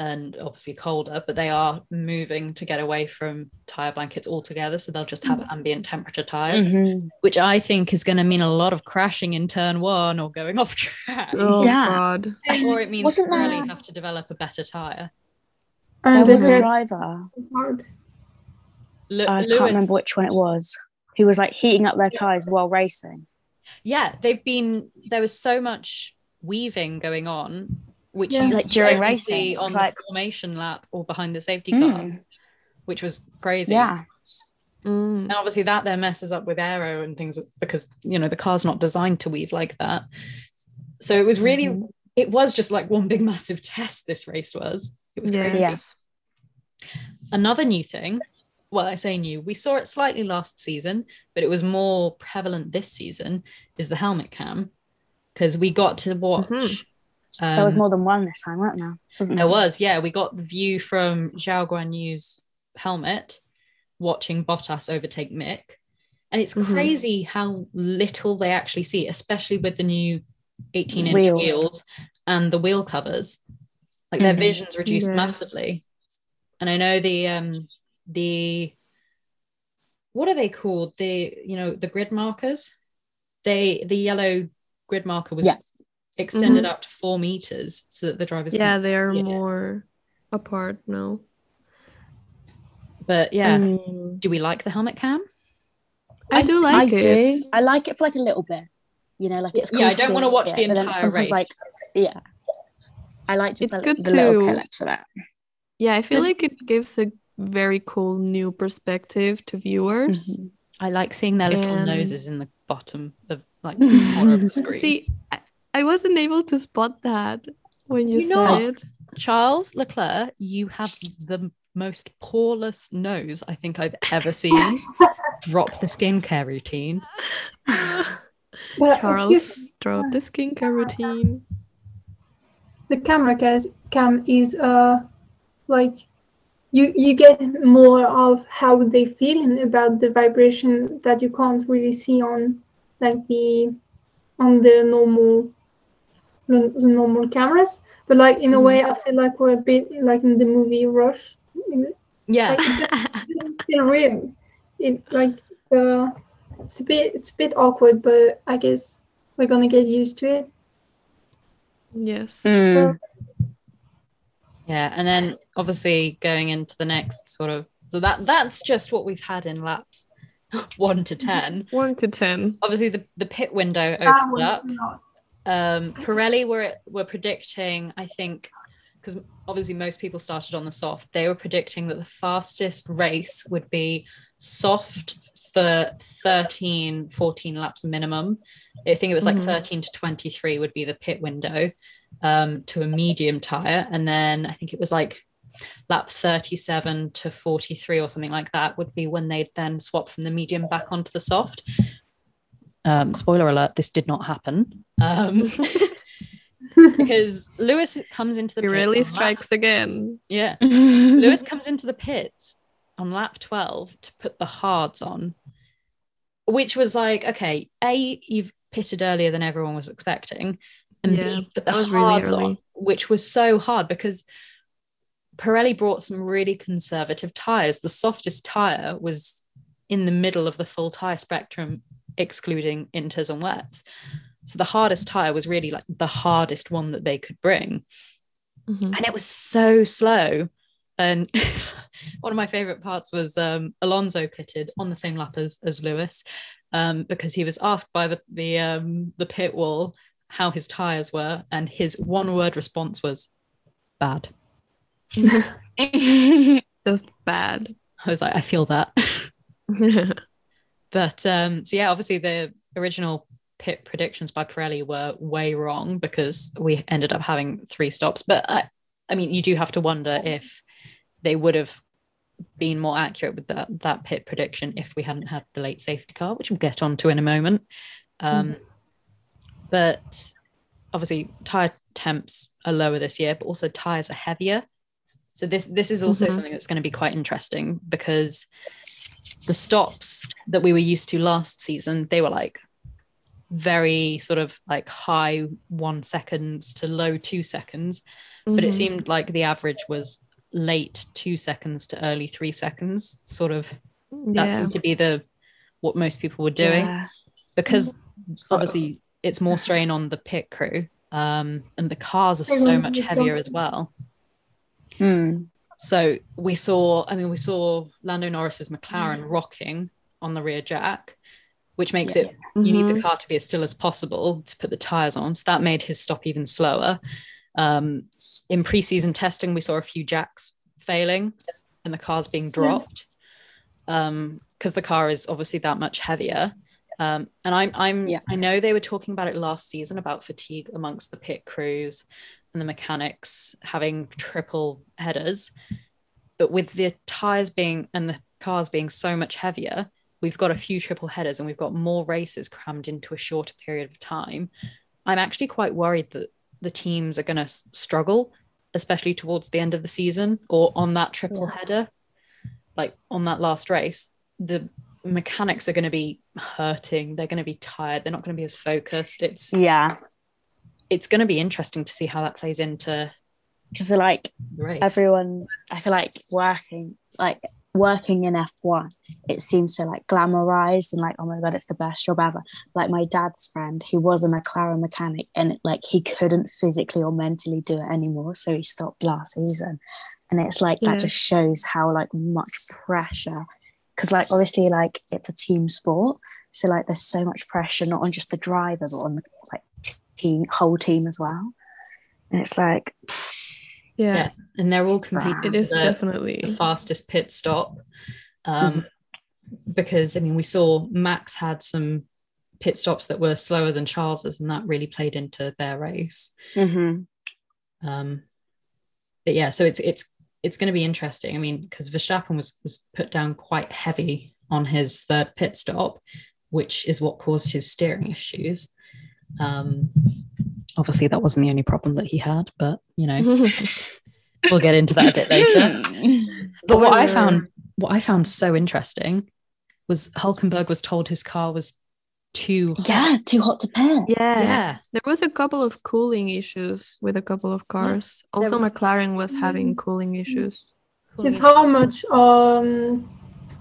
A: and obviously colder. But they are moving to get away from tire blankets altogether, so they'll just have
D: Mm-hmm.
A: ambient temperature tires,
D: Mhm.
A: which I think is going to mean a lot of crashing in turn one or going off track.
C: Oh
D: Yeah.
C: God.
A: Or it means you
D: Wasn't
A: really
D: there-
A: have to develop a better tire.
D: There
B: and
D: was a
B: there's
D: driver.
B: hard
A: Lu-
D: I
A: Lewis-
D: can't remember which one it was. Who was like heating up their tires while racing.
A: yeah they've been there was so much weaving going on which
B: Yeah.
A: you
D: Like during
A: only
D: racing,
A: see
D: it
A: on
D: was
A: the
D: like-
A: formation lap or behind the safety car
D: Mm.
A: which was crazy
D: Yeah.
C: Mm.
A: And obviously that then messes up with aero and things because you know the car's not designed to weave like that. So it was really
D: Mhm.
A: it was just like one big massive test this race was. It was
C: Yes.
A: crazy. Another new thing, well, I say new, we saw it slightly last season, but it was more prevalent this season, is the helmet cam. Because we got to watch
C: Mhm.
A: um,
D: there Mm-hmm. was more than one this time, weren't there? Wasn't
A: there was, yeah. We got the view from Zhao Guan Yu's helmet watching Bottas overtake Mick. And it's
C: Mhm.
A: crazy how little they actually see, especially with the new 18 inch
D: Wheels.
A: wheels. and the wheel covers. Like their
D: Mhm.
A: vision's reduced
C: Yes.
A: massively. And I know the um the what are they called? The you know, the grid markers. They the yellow grid marker was
D: Yeah.
A: extended up to four meters so that the drivers can
C: Yeah, they are
A: see it.
C: more apart now.
A: But yeah,
D: Mm.
A: do we like the helmet cam?
C: I, do
D: I
C: like it.
D: do. I like it for like a little bit. You know, like it's cool
A: Yeah, I don't
D: see
A: wanna watch
D: it,
A: the
D: but then
A: entire
D: sometimes,
A: race.
D: Like, yeah, I like just
C: It's
D: the,
C: good
D: the little
C: to-
D: clips of it.
C: Yeah, I feel
A: There's-
C: like it gives a very cool new perspective to viewers.
D: Mhm.
A: I like seeing their little
C: Um,
A: noses in the bottom of like the corner of the screen.
C: See, I, I wasn't able to spot that when you
A: You're
C: said
A: not.
C: it.
A: Charles Leclerc, you have the most poreless nose I think I've ever seen. Drop the skincare routine.
B: But
C: Charles
B: just
C: drop the skincare routine.
B: the camera cas- cam is uh like you you get more of how they feeling about the vibration that you can't really see on like the on the normal the the normal cameras but like in a way i feel like we're a bit like in the movie rush It
A: Yeah.
B: doesn't feel real it like uh, it's a bit it's a bit awkward but i guess we're gonna get used to it
C: Yes.
D: Mm.
A: Yeah. And then obviously going into the next sort of so that that's just what we've had in laps one to ten.
C: One to ten.
A: Obviously the, the pit window
B: That
A: opened
B: was
A: up.
B: not-
A: um Pirelli were were predicting I think because obviously most people started on the soft they were predicting that the fastest race would be soft for 13 14 laps minimum I think it was like
C: Mhm.
A: 13 to 23 would be the pit window um to a medium tire and then I think it was like lap 37 to 43 or something like that would be when they'd then swap from the medium back onto the soft um spoiler alert this did not happen um because Lewis comes into the
C: He
A: pits
C: really
A: on lap-
C: strikes again.
A: yeah Lewis comes into the pits on lap 12 to put the hards on which was like okay a you've pitted earlier than everyone was expecting and
C: Yeah,
A: b put the
C: that was really
A: hards
C: early.
A: on which was so hard because Pirelli brought some really conservative tires the softest tire was in the middle of the full tire spectrum excluding inters and wets so the hardest tire was really like the hardest one that they could bring
C: Mhm.
A: and it was so slow. And one of my favorite parts was um, Alonso pitted on the same lap as, as Lewis um, because he was asked by the the, um, the pit wall how his tires were, and his one word response was bad.
C: Just bad.
A: I was like, I feel that. But um, so yeah, obviously the original pit predictions by Pirelli were way wrong because we ended up having three stops. But I, I mean, you do have to wonder if they would have been more accurate with that that pit prediction if we hadn't had the late safety car, which we'll get onto in a moment. Um, But obviously, tire temps are lower this year, but also tires are heavier. So this this is also
C: Mhm.
A: something that's going to be quite interesting because the stops that we were used to last season, they were like very sort of like high one seconds to low two seconds. But it
C: Mhm.
A: seemed like the average was late two seconds to early three seconds. Sort of that
C: yeah.
A: seemed to be the what most people were doing
D: Yeah.
A: because obviously it's more strain on the pit crew. Um, and the cars are so much heavier as well.
D: Mm.
A: So we saw, I mean, we saw Lando Norris's McLaren rocking on the rear jack, which makes
D: Yeah.
A: it you need
C: Mhm.
A: the car to be as still as possible to put the tires on. So that made his stop even slower. Um, in preseason testing, we saw a few jacks failing and the cars being dropped. um because the car is obviously that much heavier um and i'm i'm
D: Yeah.
A: i know they were talking about it last season about fatigue amongst the pit crews and the mechanics having triple headers but with the tires being and the cars being so much heavier we've got a few triple headers and we've got more races crammed into a shorter period of time i'm actually quite worried that the teams are going to struggle especially towards the end of the season or on that triple header like on that last race the mechanics are going to be hurting they're going to be tired they're not going to be as focused it's
D: Yeah,
A: it's going to be interesting to see how that plays into
D: because like
A: the race
D: everyone, I feel like working like working in F one, it seems so like glamorized and like oh my god, it's the best job ever. Like my dad's friend who was a McLaren mechanic and like he couldn't physically or mentally do it anymore, so he stopped last season. And it's like
C: Yeah.
D: that just shows how like much pressure, because like obviously like it's a team sport, so like there's so much pressure not on just the driver but on the like team whole team as well. And it's like
C: Yeah,
A: Yeah, and they're all competing
C: it
A: for
C: is
A: the-
C: definitely.
A: the fastest pit stop um, because I mean we saw Max had some pit stops that were slower than Charles's, and that really played into their race.
D: mm-hmm.
A: Um, but yeah, so it's it's it's going to be interesting. I mean, because Verstappen was was put down quite heavy on his third pit stop, which is what caused his steering issues. Um, obviously, that wasn't the only problem that he had, but you know we'll get into that a bit later.
D: Hmm.
A: But what I
C: Spoiler.
A: found what I found so interesting was Hulkenberg was told his car was too
D: yeah, too hot to pair.
C: yeah. There was a couple of cooling issues with a couple
A: Mm-hmm.
C: of cars. Also, McLaren was having cooling issues.
B: Is how much um,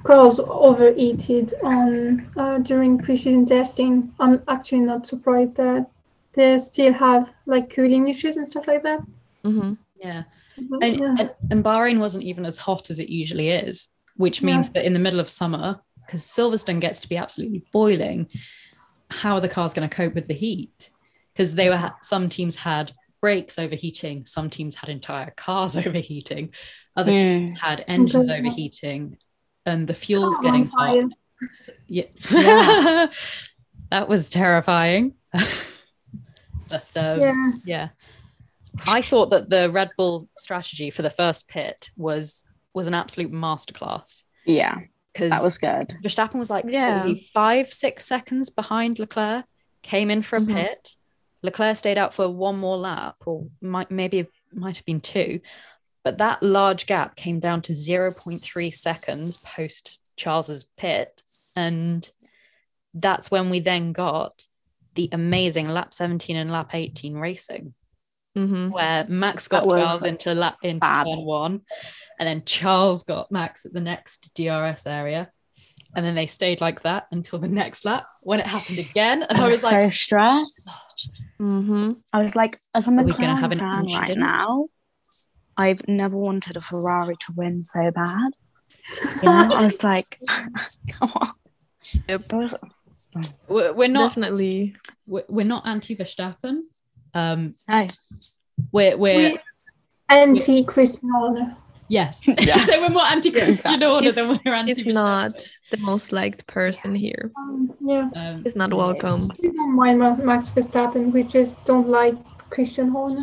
B: cars overheated on uh, during preseason testing. I'm actually not surprised that they still have like cooling issues and stuff like that.
A: Mm-hmm.
C: hmm
A: yeah.
B: But,
A: And,
B: yeah.
A: and, and Bahrain wasn't even as hot as it usually is, which means that in the middle of summer, because Silverstone gets to be absolutely boiling, how are the cars going to cope with the heat? Because they were some teams had brakes overheating, some teams had entire cars overheating, other
D: Yeah.
A: teams had engines
B: God.
A: overheating, and the fuel's
B: Cars on
A: getting hot.
B: Oh, fire.
A: Yeah. that was terrifying. but um, yeah.
B: yeah.
A: I thought that the Red Bull strategy for the first pit was was an absolute masterclass
D: Yeah,
A: because
D: that was good.
A: Verstappen was like
C: Yeah.
A: probably five six seconds behind Leclerc, came in for a
C: Mhm.
A: pit. Leclerc stayed out for one more lap, or might maybe it might have been two, but that large gap came down to zero point three seconds post Charles's pit, and that's when we then got the amazing lap seventeen and lap eighteen racing
C: hmm
A: where Max
D: Mm-hmm.
A: got
D: That was
A: Charles into lap into
D: fab.
A: turn one, and then Charles got Max at the next DRS area, and then they stayed like that until the next lap when it happened again, and
D: I
A: I was
D: so
A: like,
D: stressed.
C: hmm
D: I was like, as a
A: Are we gonna
D: McLaren
A: have an
D: fan right
A: incident?
D: now, I've never wanted a Ferrari to win so bad. You know, I was like, come on.
C: Yep.
D: It was-
A: we're, we're not
C: Definitely.
A: we're, we're not anti Verstappen, um,
D: no.
A: we're we're
B: We anti Cristiano.
A: yes,
D: Yeah.
A: so we're more anti Christian order than we're anti.
C: He's not the most liked person here.
B: Um, yeah.
A: Um,
C: He's not welcome.
B: We don't mind Ma- Max Verstappen. We just don't like Christian Horner.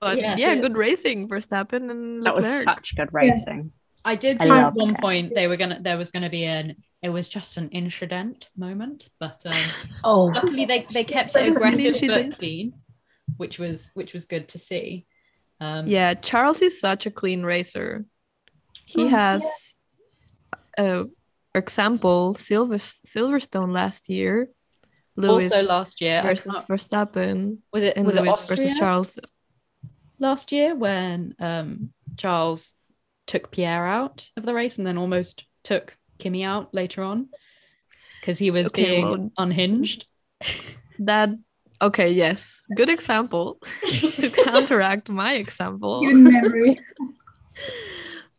C: But
A: Yeah,
C: yeah,
A: so-
C: good racing, Verstappen and
D: That was
C: Leclerc.
D: such good racing.
A: I did
D: I
A: think at
D: love
A: one
D: that.
A: point they were gonna there was gonna be an it was just an incident moment, but um,
D: Oh,
A: luckily they, they kept
B: That
A: it
B: doesn't
A: aggressive
C: mean she
A: but
C: didn't.
A: clean which was which was good to see um
C: yeah, Charles is such a clean racer. He
B: Oh,
A: Mm-hmm.
C: has, uh, for example, Silver Silverstone last year, Lewis
A: also last year I
C: versus
A: can't-
C: Verstappen,
A: was it
C: and
A: was it
C: Lewis
A: Austria
C: versus Charles.
A: last year when um charles took pierre out of the race and then almost took kimmy out later on because he was
C: Okay,
A: being
C: well-
A: unhinged
C: That okay, yes, good example to counteract my
A: Oh.
C: example.
B: Good memory.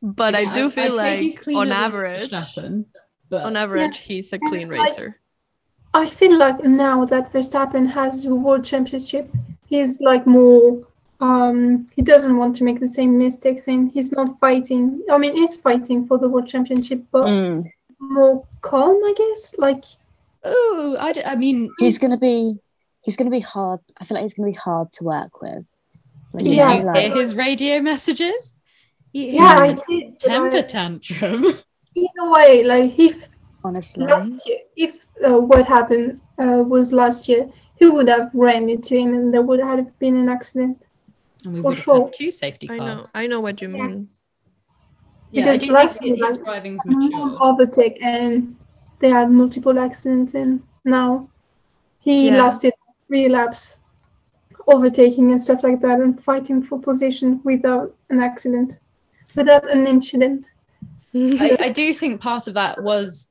C: But I
A: Yeah,
C: do
A: I'd-
C: feel
A: I'd say he's
C: like
A: cleaner
C: on
A: than
C: average,
A: Verstappen, but
C: on average, he's a clean
B: I-
C: racer.
B: I feel like now that Verstappen has the world championship, he's like more um, he doesn't want to make the same mistakes and he's not fighting. I mean, he's fighting for the world championship, but
D: Mm.
B: more calm, I guess. Like,
E: Oh, I, d- I mean,
D: He's gonna be he's gonna be hard. I feel like he's gonna be hard to work with. Like,
A: Did
D: you
B: Yeah.
D: know,
A: you
D: like-
A: hear his radio messages? He-
B: yeah, I
A: he-
B: did. but
A: temper
B: I-
A: tantrum.
B: in a way, like, if
D: honestly.
B: last year, if uh, what happened uh, was last year, he would have ran into him and there would have been an accident.
A: And we
B: For
A: would have
B: sure.
A: had two safety
C: I
A: cars.
C: know, I know what you
B: Yeah.
C: mean.
A: Yeah,
B: Because
A: I do
B: last
A: think
B: year,
A: his
B: like, Oh,
A: driving's
B: Mom
A: mature.
B: overtake and they had multiple accidents, and now he
C: Yeah.
B: lasted three laps overtaking and stuff like that and fighting for position without an accident, without an incident.
A: I, I do think part of that was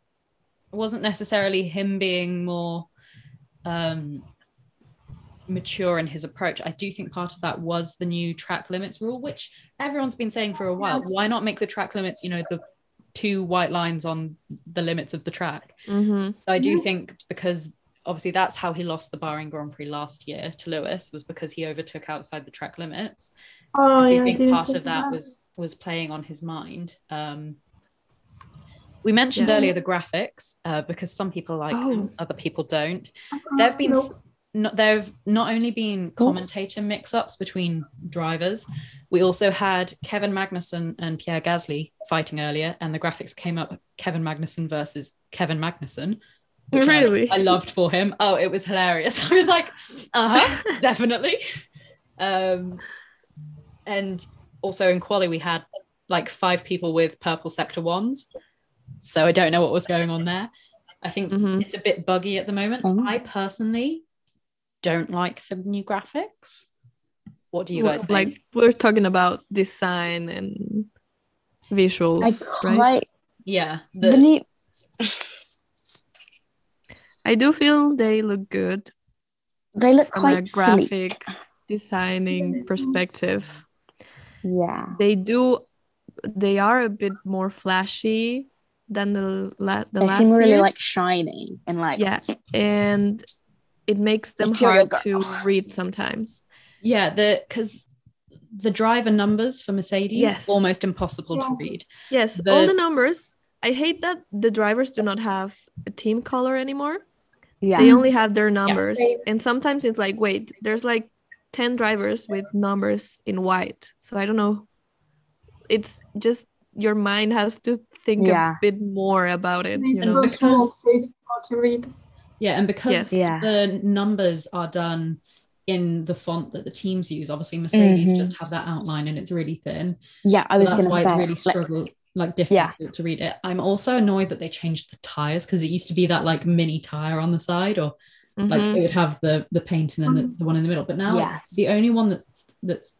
A: wasn't necessarily him being more um mature in his approach. I do think part of that was the new track limits rule, which everyone's been saying for a while. Why not make the track limits, you know, the two white lines on the limits of the track?
C: Mhm.
A: So I do think because obviously that's how he lost the Bahrain Grand Prix last year to Lewis was because he overtook outside the track limits.
B: Oh,
A: I
B: yeah,
A: think
B: do
A: part
B: see
A: of that was was playing on his mind. Um, we mentioned
C: Yeah.
A: earlier the graphics uh, because some people like them,
C: Oh.
A: other people don't.
B: Uh,
A: There've been
B: no.
A: s- Not, there've not only been commentator mix-ups between drivers, we also had Kevin Magnussen and Pierre Gasly fighting earlier, and the graphics came up Kevin Magnussen versus Kevin Magnussen. which I-
C: Really?
A: I, loved for him. Oh, it was hilarious. I was like, uh huh, definitely. Um, and also in quali, we had like five people with purple sector ones. So I don't know what was going on there. I think
C: Mhm.
A: it's a bit buggy at the moment.
D: Oh.
A: I personally don't like the new graphics. What do you
C: Well,
A: guys think?
C: like we're talking about design and visuals,
D: I
C: right?
D: quite
A: yeah,
D: the,
A: the-
D: new
C: I do feel they look good
D: they look
C: from a
D: quite sleek.
C: graphic designing perspective.
D: Yeah.
C: They do, they are a bit more flashy than the la- the
D: They
C: last
D: seem really
C: years.
D: like shiny and like
C: yeah, and it makes them
D: Material
C: hard to
D: girl.
C: read sometimes.
A: yeah, the because the driver numbers for Mercedes
C: Yes.
A: almost impossible to
B: Yeah.
A: read.
C: Yes, all
A: The-
C: the numbers. I hate that the drivers do not have a team color anymore.
D: yeah.
C: they only have their numbers
B: They-
C: and sometimes it's like wait there's like 10 drivers with numbers in white so i don't know it's just your mind has to think
D: Yeah.
C: a bit more about it you
B: It's
C: know
B: so small,
A: because-
B: so it's hard to read.
A: Yeah, and because
C: Yes.
D: Yeah.
A: the numbers are done in the font that the teams use, obviously Mercedes
D: Mhm.
A: just have that outline and it's really thin.
D: Yeah, I
A: So
D: was
A: that's
D: gonna
A: why
D: say
A: it's really
D: like,
A: struggled, like, difficult to read it. I'm also annoyed that they changed the tires because it used to be that like mini tire on the side, or
D: Mm-hmm.
A: like
C: Mhm.
A: it would have the the paint and then the, the one in the middle. But now it's-
D: Yes.
A: the only one that's that's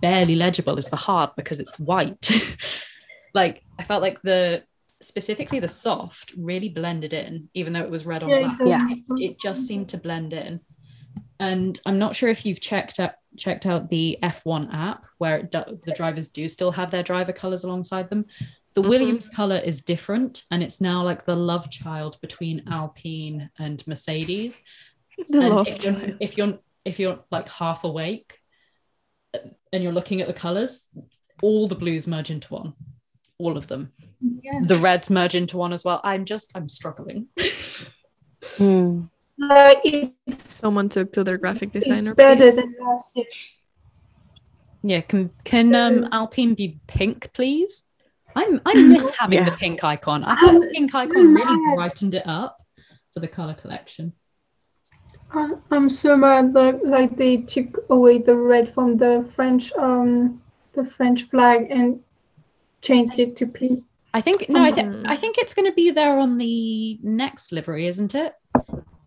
A: barely legible is the hard because it's white. like I felt like the specifically the soft really blended in, even though it was red on black
B: it
D: Yeah.
B: does.
A: Oh, it just seemed to blend in. And I'm not sure if you've checked out checked out the F1 app where it do, the drivers do still have their driver colors alongside them. The
C: Mhm.
A: Williams color is different, and it's now like the love child between Alpine and Mercedes.
C: The
A: and
C: love
A: if you're,
C: child.
A: if you're if you're like half awake uh, and you're looking at the colors, all the blues merge into one, all of them.
B: Yeah.
A: The reds merge into one as well. I'm just I'm struggling.
D: hmm.
B: Like, it's,
C: someone took to their graphic
B: it's
C: designer
B: better
C: please.
B: than last year.
A: Yeah, can can um Alpine be pink, please? I'm I miss having the pink icon. I think the
B: Um,
A: pink
B: so
A: icon really
B: mad.
A: brightened it up for the color collection.
B: I- I'm so mad that like they took away the red from the French um the French flag and changed it to P.
A: I think no, I think
B: Mm-hmm.
C: Mhm.
A: I think it's going to be there on the next livery, isn't it?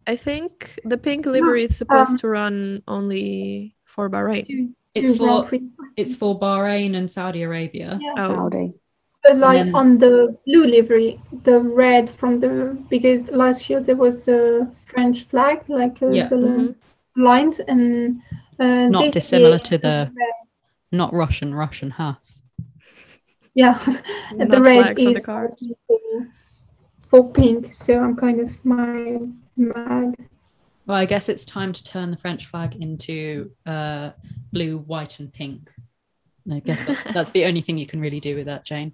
C: i think the pink livery is supposed
B: um,
C: to run only for bahrain
B: to-
A: It's
B: to Grand
A: for
B: Prix.
A: it's for Bahrain and Saudi Arabia.
B: Yeah.
C: oh
D: Saudi.
B: But like
A: then-
B: on the blue livery, the red from the because last year there was the French flag, like uh,
A: Yeah. mm-hmm.
B: the
C: Mhm.
B: lines, and uh,
A: Not
B: this
A: dissimilar
B: year-
A: to the- Not Russian, Russian Haas.
B: yeah,
C: Not
B: the red
C: flags on the
B: is
C: cards.
B: for, for pink. So I'm kind of my mad.
A: Well, I guess it's time to turn the French flag into uh, blue, white, and pink. And I guess that, that's the only thing you can really do with that, Jane.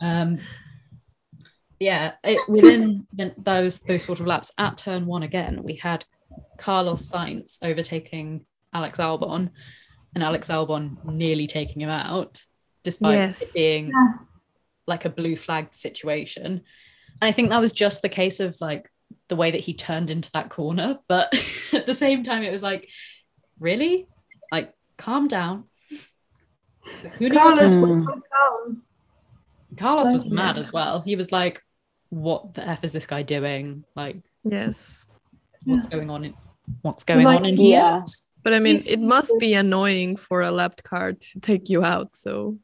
A: Um, yeah, it, within the, those those sort of laps at turn one again, we had Carlos Sainz overtaking Alex Albon, and Alex Albon nearly taking him out, despite
C: Yes.
A: it being
B: Yeah.
A: like a blue flagged situation. And I think that was just the case of like the way that he turned into that corner, but at the same time, it was like, really, like calm down. Who knew
B: Carlos
D: Mm.
B: was so calm.
A: Carlos was
B: Like,
A: mad
B: yeah.
A: as well. He was like, "What the f is this guy doing? Like,
C: Yes.
A: what's going on? In, what's going
B: Like-
A: on in here?"
D: Yeah.
C: But I mean,
B: Yes,
C: it
B: we
C: must
B: did.
C: be annoying for a lapped car to take you out. So,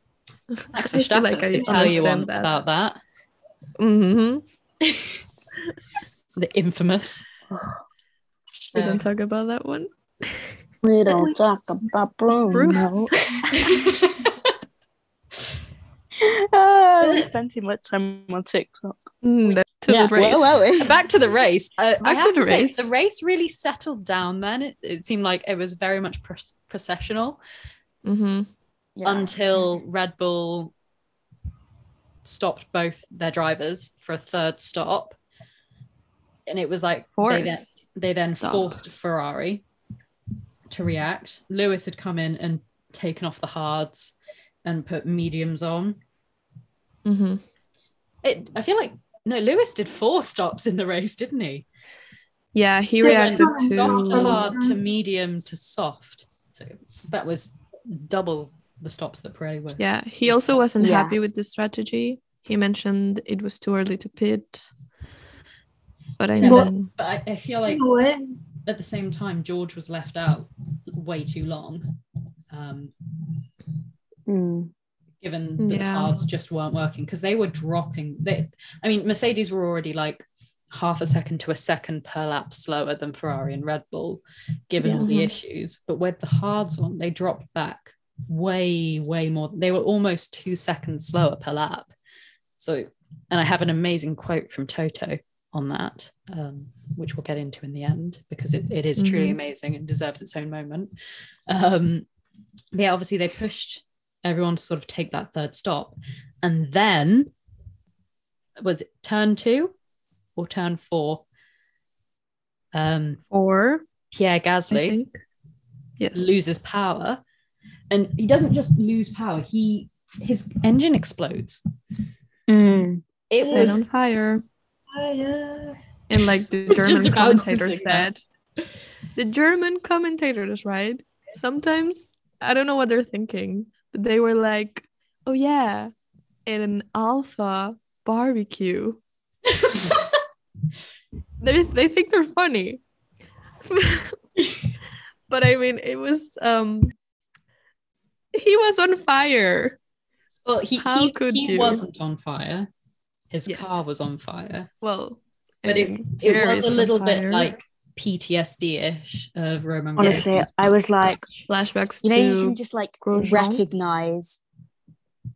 A: Max
C: I feel
A: Verstappen
C: like I
A: could tell you on
C: understand that.
A: about that.
C: hmm
A: The infamous.
C: we don't talk about that one.
D: We don't talk about Bruno. oh, we spend too much time on TikTok.
C: Mm, that's to
D: Yeah,
C: the race.
D: where were we?
A: Back to the race. Uh, I
C: Back to
A: have
C: the
A: to say,
C: race.
A: the race really settled down. Then it, it seemed like it was very much pro- processional
C: hmm
A: until Red Bull stopped both their drivers for a third stop, and it was like they then-
C: Forced.
A: they then
C: Stop.
A: forced Ferrari to react. Lewis had come in and taken off the hards and put mediums on.
C: hmm
A: It, I feel like no, Lewis did four stops in the race, didn't he?
C: Yeah, he
A: They
B: went
C: reacted
B: from
A: Soft to
C: to.
B: hard
A: hard to medium to soft. So that was double the stops that Pirelli were.
C: Yeah, he also wasn't
D: Yeah.
C: happy with the strategy. He mentioned it was too early to pit. But I
A: Yeah,
B: but-
C: mean,
A: But I, I feel like
B: No way.
A: at the same time, George was left out way too long. Um,
D: Mm.
A: given that
C: Yeah.
A: the cards just weren't working because they were dropping they i mean mercedes were already like half a second to a second per lap slower than ferrari and red bull given
D: Yeah.
A: all the
C: Mhm.
A: issues but with the hards on they dropped back way way more they were almost two seconds slower per lap so and i have an amazing quote from toto on that um, which we'll get into in the end because it, it is truly
C: Mhm.
A: amazing and deserves its own moment um, but yeah obviously they pushed everyone to sort of take that third stop. And then was it turn two or turn four? Um,
C: four,
A: Pierre
C: I
A: Gasly
C: think. Yes.
A: loses power. And he doesn't just lose power, he his engine explodes.
D: Mm.
A: It
C: Set
A: was
C: on fire.
B: Ah, yeah.
C: And like the
A: was just
C: German
A: about to
C: commentator
A: sing that.
C: said, the German commentators, right? Sometimes I don't know what they're thinking, but they were like, oh yeah, in an alpha barbecue. they, they think they're funny. but I mean, it was, um, he was on fire.
A: well, he,
C: How
A: he,
C: could
A: he
C: you?
A: wasn't on fire. His
C: Yes.
A: car was on fire.
C: Well, I
A: But it,
C: mean,
A: it
C: here
A: was
C: is
A: a
C: on
A: little bit
C: fire.
A: like PTSD-ish of Roman
D: Honestly,
A: Grosjean.
D: I was like,
C: flashbacks
D: you know, you can
C: to
D: just like
C: Grosjean.
D: recognize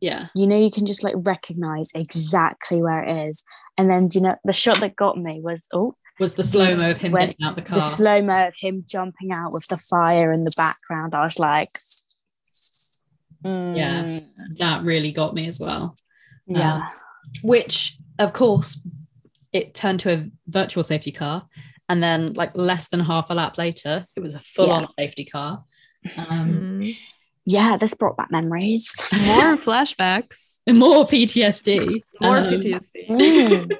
A: yeah.
D: you know you can just like recognize exactly where it is and then do you know the shot that got me was oh
A: Was the slow mo of him
D: When-
A: getting out the car?
D: the slow mo of him jumping out with the fire in the background i was like mm,
A: Yeah. that really got me as well.
D: yeah
A: Which, of course, it turned to a virtual safety car, and then like less than half a lap later, it was a full-on safety car. Um,
C: Mm.
D: yeah this brought back memories
C: more flashbacks,
A: More PTSD.
C: more
A: Um,
C: PTSD.
D: Mm.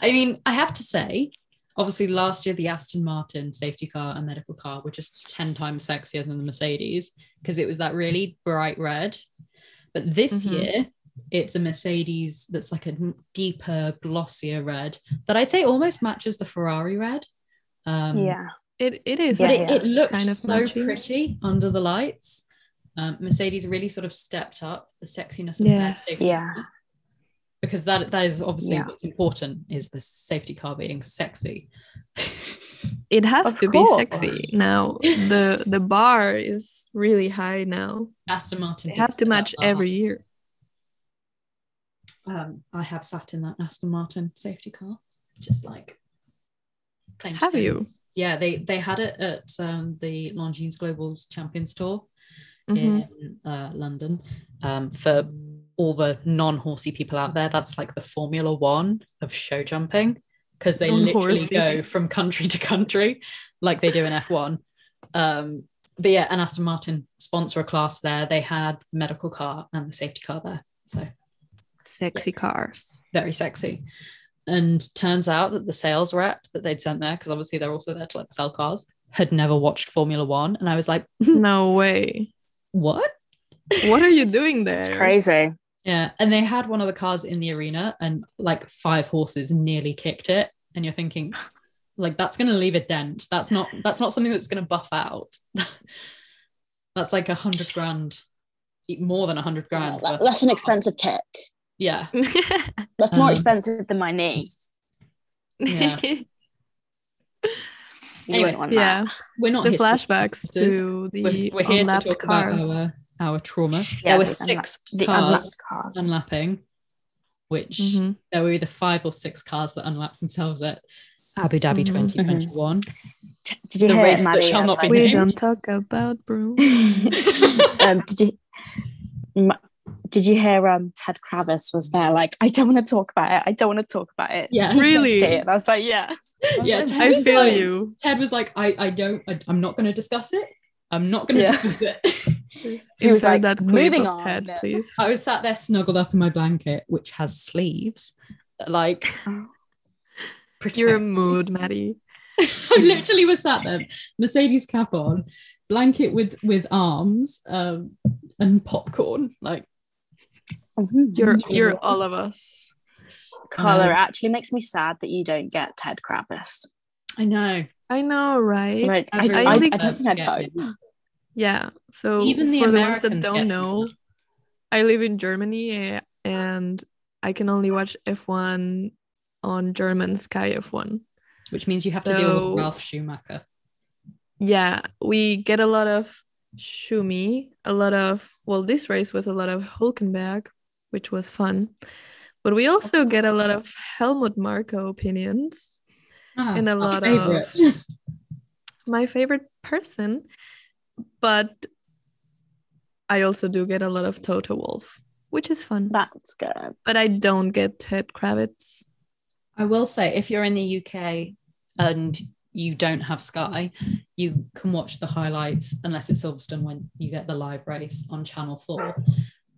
A: I mean, I have to say, obviously, last year the Aston Martin safety car and medical car were just 10 times sexier than the Mercedes because it was that really bright red. But this
C: Mhm.
A: year, it's a Mercedes that's like a n- deeper, glossier red that I'd say almost matches the Ferrari red. Um,
D: yeah
C: It it is.
A: But
D: Yeah,
A: it,
D: yeah.
A: it looked
C: Kind of
A: so
C: matching.
A: pretty under the lights. Um, Mercedes really sort of stepped up the sexiness of
C: Yes.
A: their safety
D: yeah
A: because that that is obviously
D: Yeah.
A: what's important is the safety car being sexy.
C: It has
D: Of
C: to
D: course.
C: be sexy now. The the bar is really high now.
A: Aston Martin
C: It has
A: did
C: to
A: set
C: match
A: that bar.
C: every year.
A: Um, I have sat in that Aston Martin safety car, just like. claim to
C: Have
A: fame.
C: you?
A: yeah, they they had it at um, the Longines Global Champions Tour
C: Mhm.
A: in uh, London. Um, for all the non-horsey people out there, that's like the Formula One of show jumping because they literally go
C: Non-horsey.
A: from country to country, like they do in F1. Um, but yeah, and Aston Martin sponsor a class there. They had the medical car and the safety car there, so
F: Sexy cars.
A: very sexy. And turns out that the sales rep that they'd sent there, because obviously they're also there to like sell cars, had never watched Formula One, and I was like,
C: No way.
A: what?
C: What are you doing there?
D: It's crazy.
A: Yeah, and they had one of the cars in the arena, and like five horses nearly kicked it. And you're thinking, like, that's going to leave a dent. That's not. That's not something that's going to buff out. that's like a hundred grand, more than a hundred grand.
D: Yeah, that-
A: worth
D: that's
A: of
D: an
A: car.
D: expensive kick.
A: Yeah,
D: That's more
A: Um,
D: expensive than my knee.
A: Yeah.
D: You
A: Anyway,
D: wouldn't want
C: yeah.
A: we're not
C: The
A: history
C: flashbacks to the
A: we're, we're here to
C: unlapped
A: talk
C: cars.
A: about our, our trauma.
D: Yeah,
A: there were
D: the
A: six
D: that. The
A: cars
D: unlapped cars.
A: Um, unlapping, which
C: Mhm.
A: there were either five or six cars that unlapped themselves at Abu Dhabi
C: Mhm.
A: 2021.
D: T- Did you
A: the
D: hear it,
A: race that
D: Maddie?
A: shall
D: I'm
A: not be
D: like-
C: We
A: named.
C: don't talk about broom.
D: um, did you m- did you hear um Ted Kravis was there like I don't want to talk about it I don't want to talk about it
A: Yeah.
D: He said
C: Really?
D: it, and I was like yeah
A: Yeah,
D: I
C: I
A: Ted
C: feel
A: was like-
C: you.
A: Ted was like, I, I don't, I, am not going to discuss it. I'm not going to
D: Yeah.
A: discuss it.
D: He was
C: Insert
D: like,
C: that clip
D: "Moving
C: of
D: on."
C: Ted, please.
A: I was sat there snuggled up in my blanket, which has sleeves. Like, pretty.
C: You're a mood, Maddie.
A: I literally was sat there, Mercedes cap on, blanket with with arms, um, and popcorn. Like
D: Mhm.
C: You're
A: Moving
C: you're
A: on.
C: all of us.
D: Carla
A: Um,
D: it actually makes me sad that you don't get Ted Kravis
A: I know.
C: I know, right?
D: like I,
A: Everyone
D: I, I
C: think
D: don't think I'd
A: that's-
D: go
C: yeah. So
A: Even the
C: for the ones that
A: Americans
C: don't
A: get
C: know,
A: that.
C: I live in Germany eh, and I can only watch F1 on German Sky F1.
A: Which means you have to deal
C: So-
A: with Ralph Schumacher.
C: yeah, we get a lot of Schumi, a lot of, well, this race was a lot of Hulkenberg, which was fun. But we also get a lot of Helmut Marko opinions. And a
A: Ah, our
C: lot
A: favourite.
C: My favorite person, but I also do get a lot of Toto Wolf, which is fun.
D: that's good
C: But I don't get Ted Kravitz.
A: I will say, if you're in the UK and you don't have Sky, you can watch the highlights, unless it's Silverstone when you get the live race on Channel 4.
C: Mm.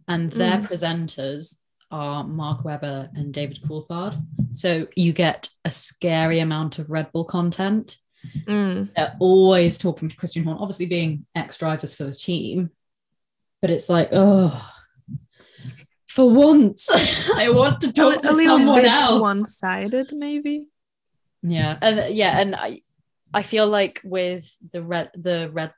A: And their presenters are Mark Webber and David Coulthard. So you get a scary amount of Red Bull content.
C: Mm,
A: They're always talking to Christian Horn, obviously being ex drivers for the team, but it's like, oh, for once, I want to
C: a,
A: talk
C: li-
A: to
C: Oh, a little
A: someone
C: bit
A: else
C: one-sided, maybe.
A: yeah and uh, yeah and i i feel like with the red the red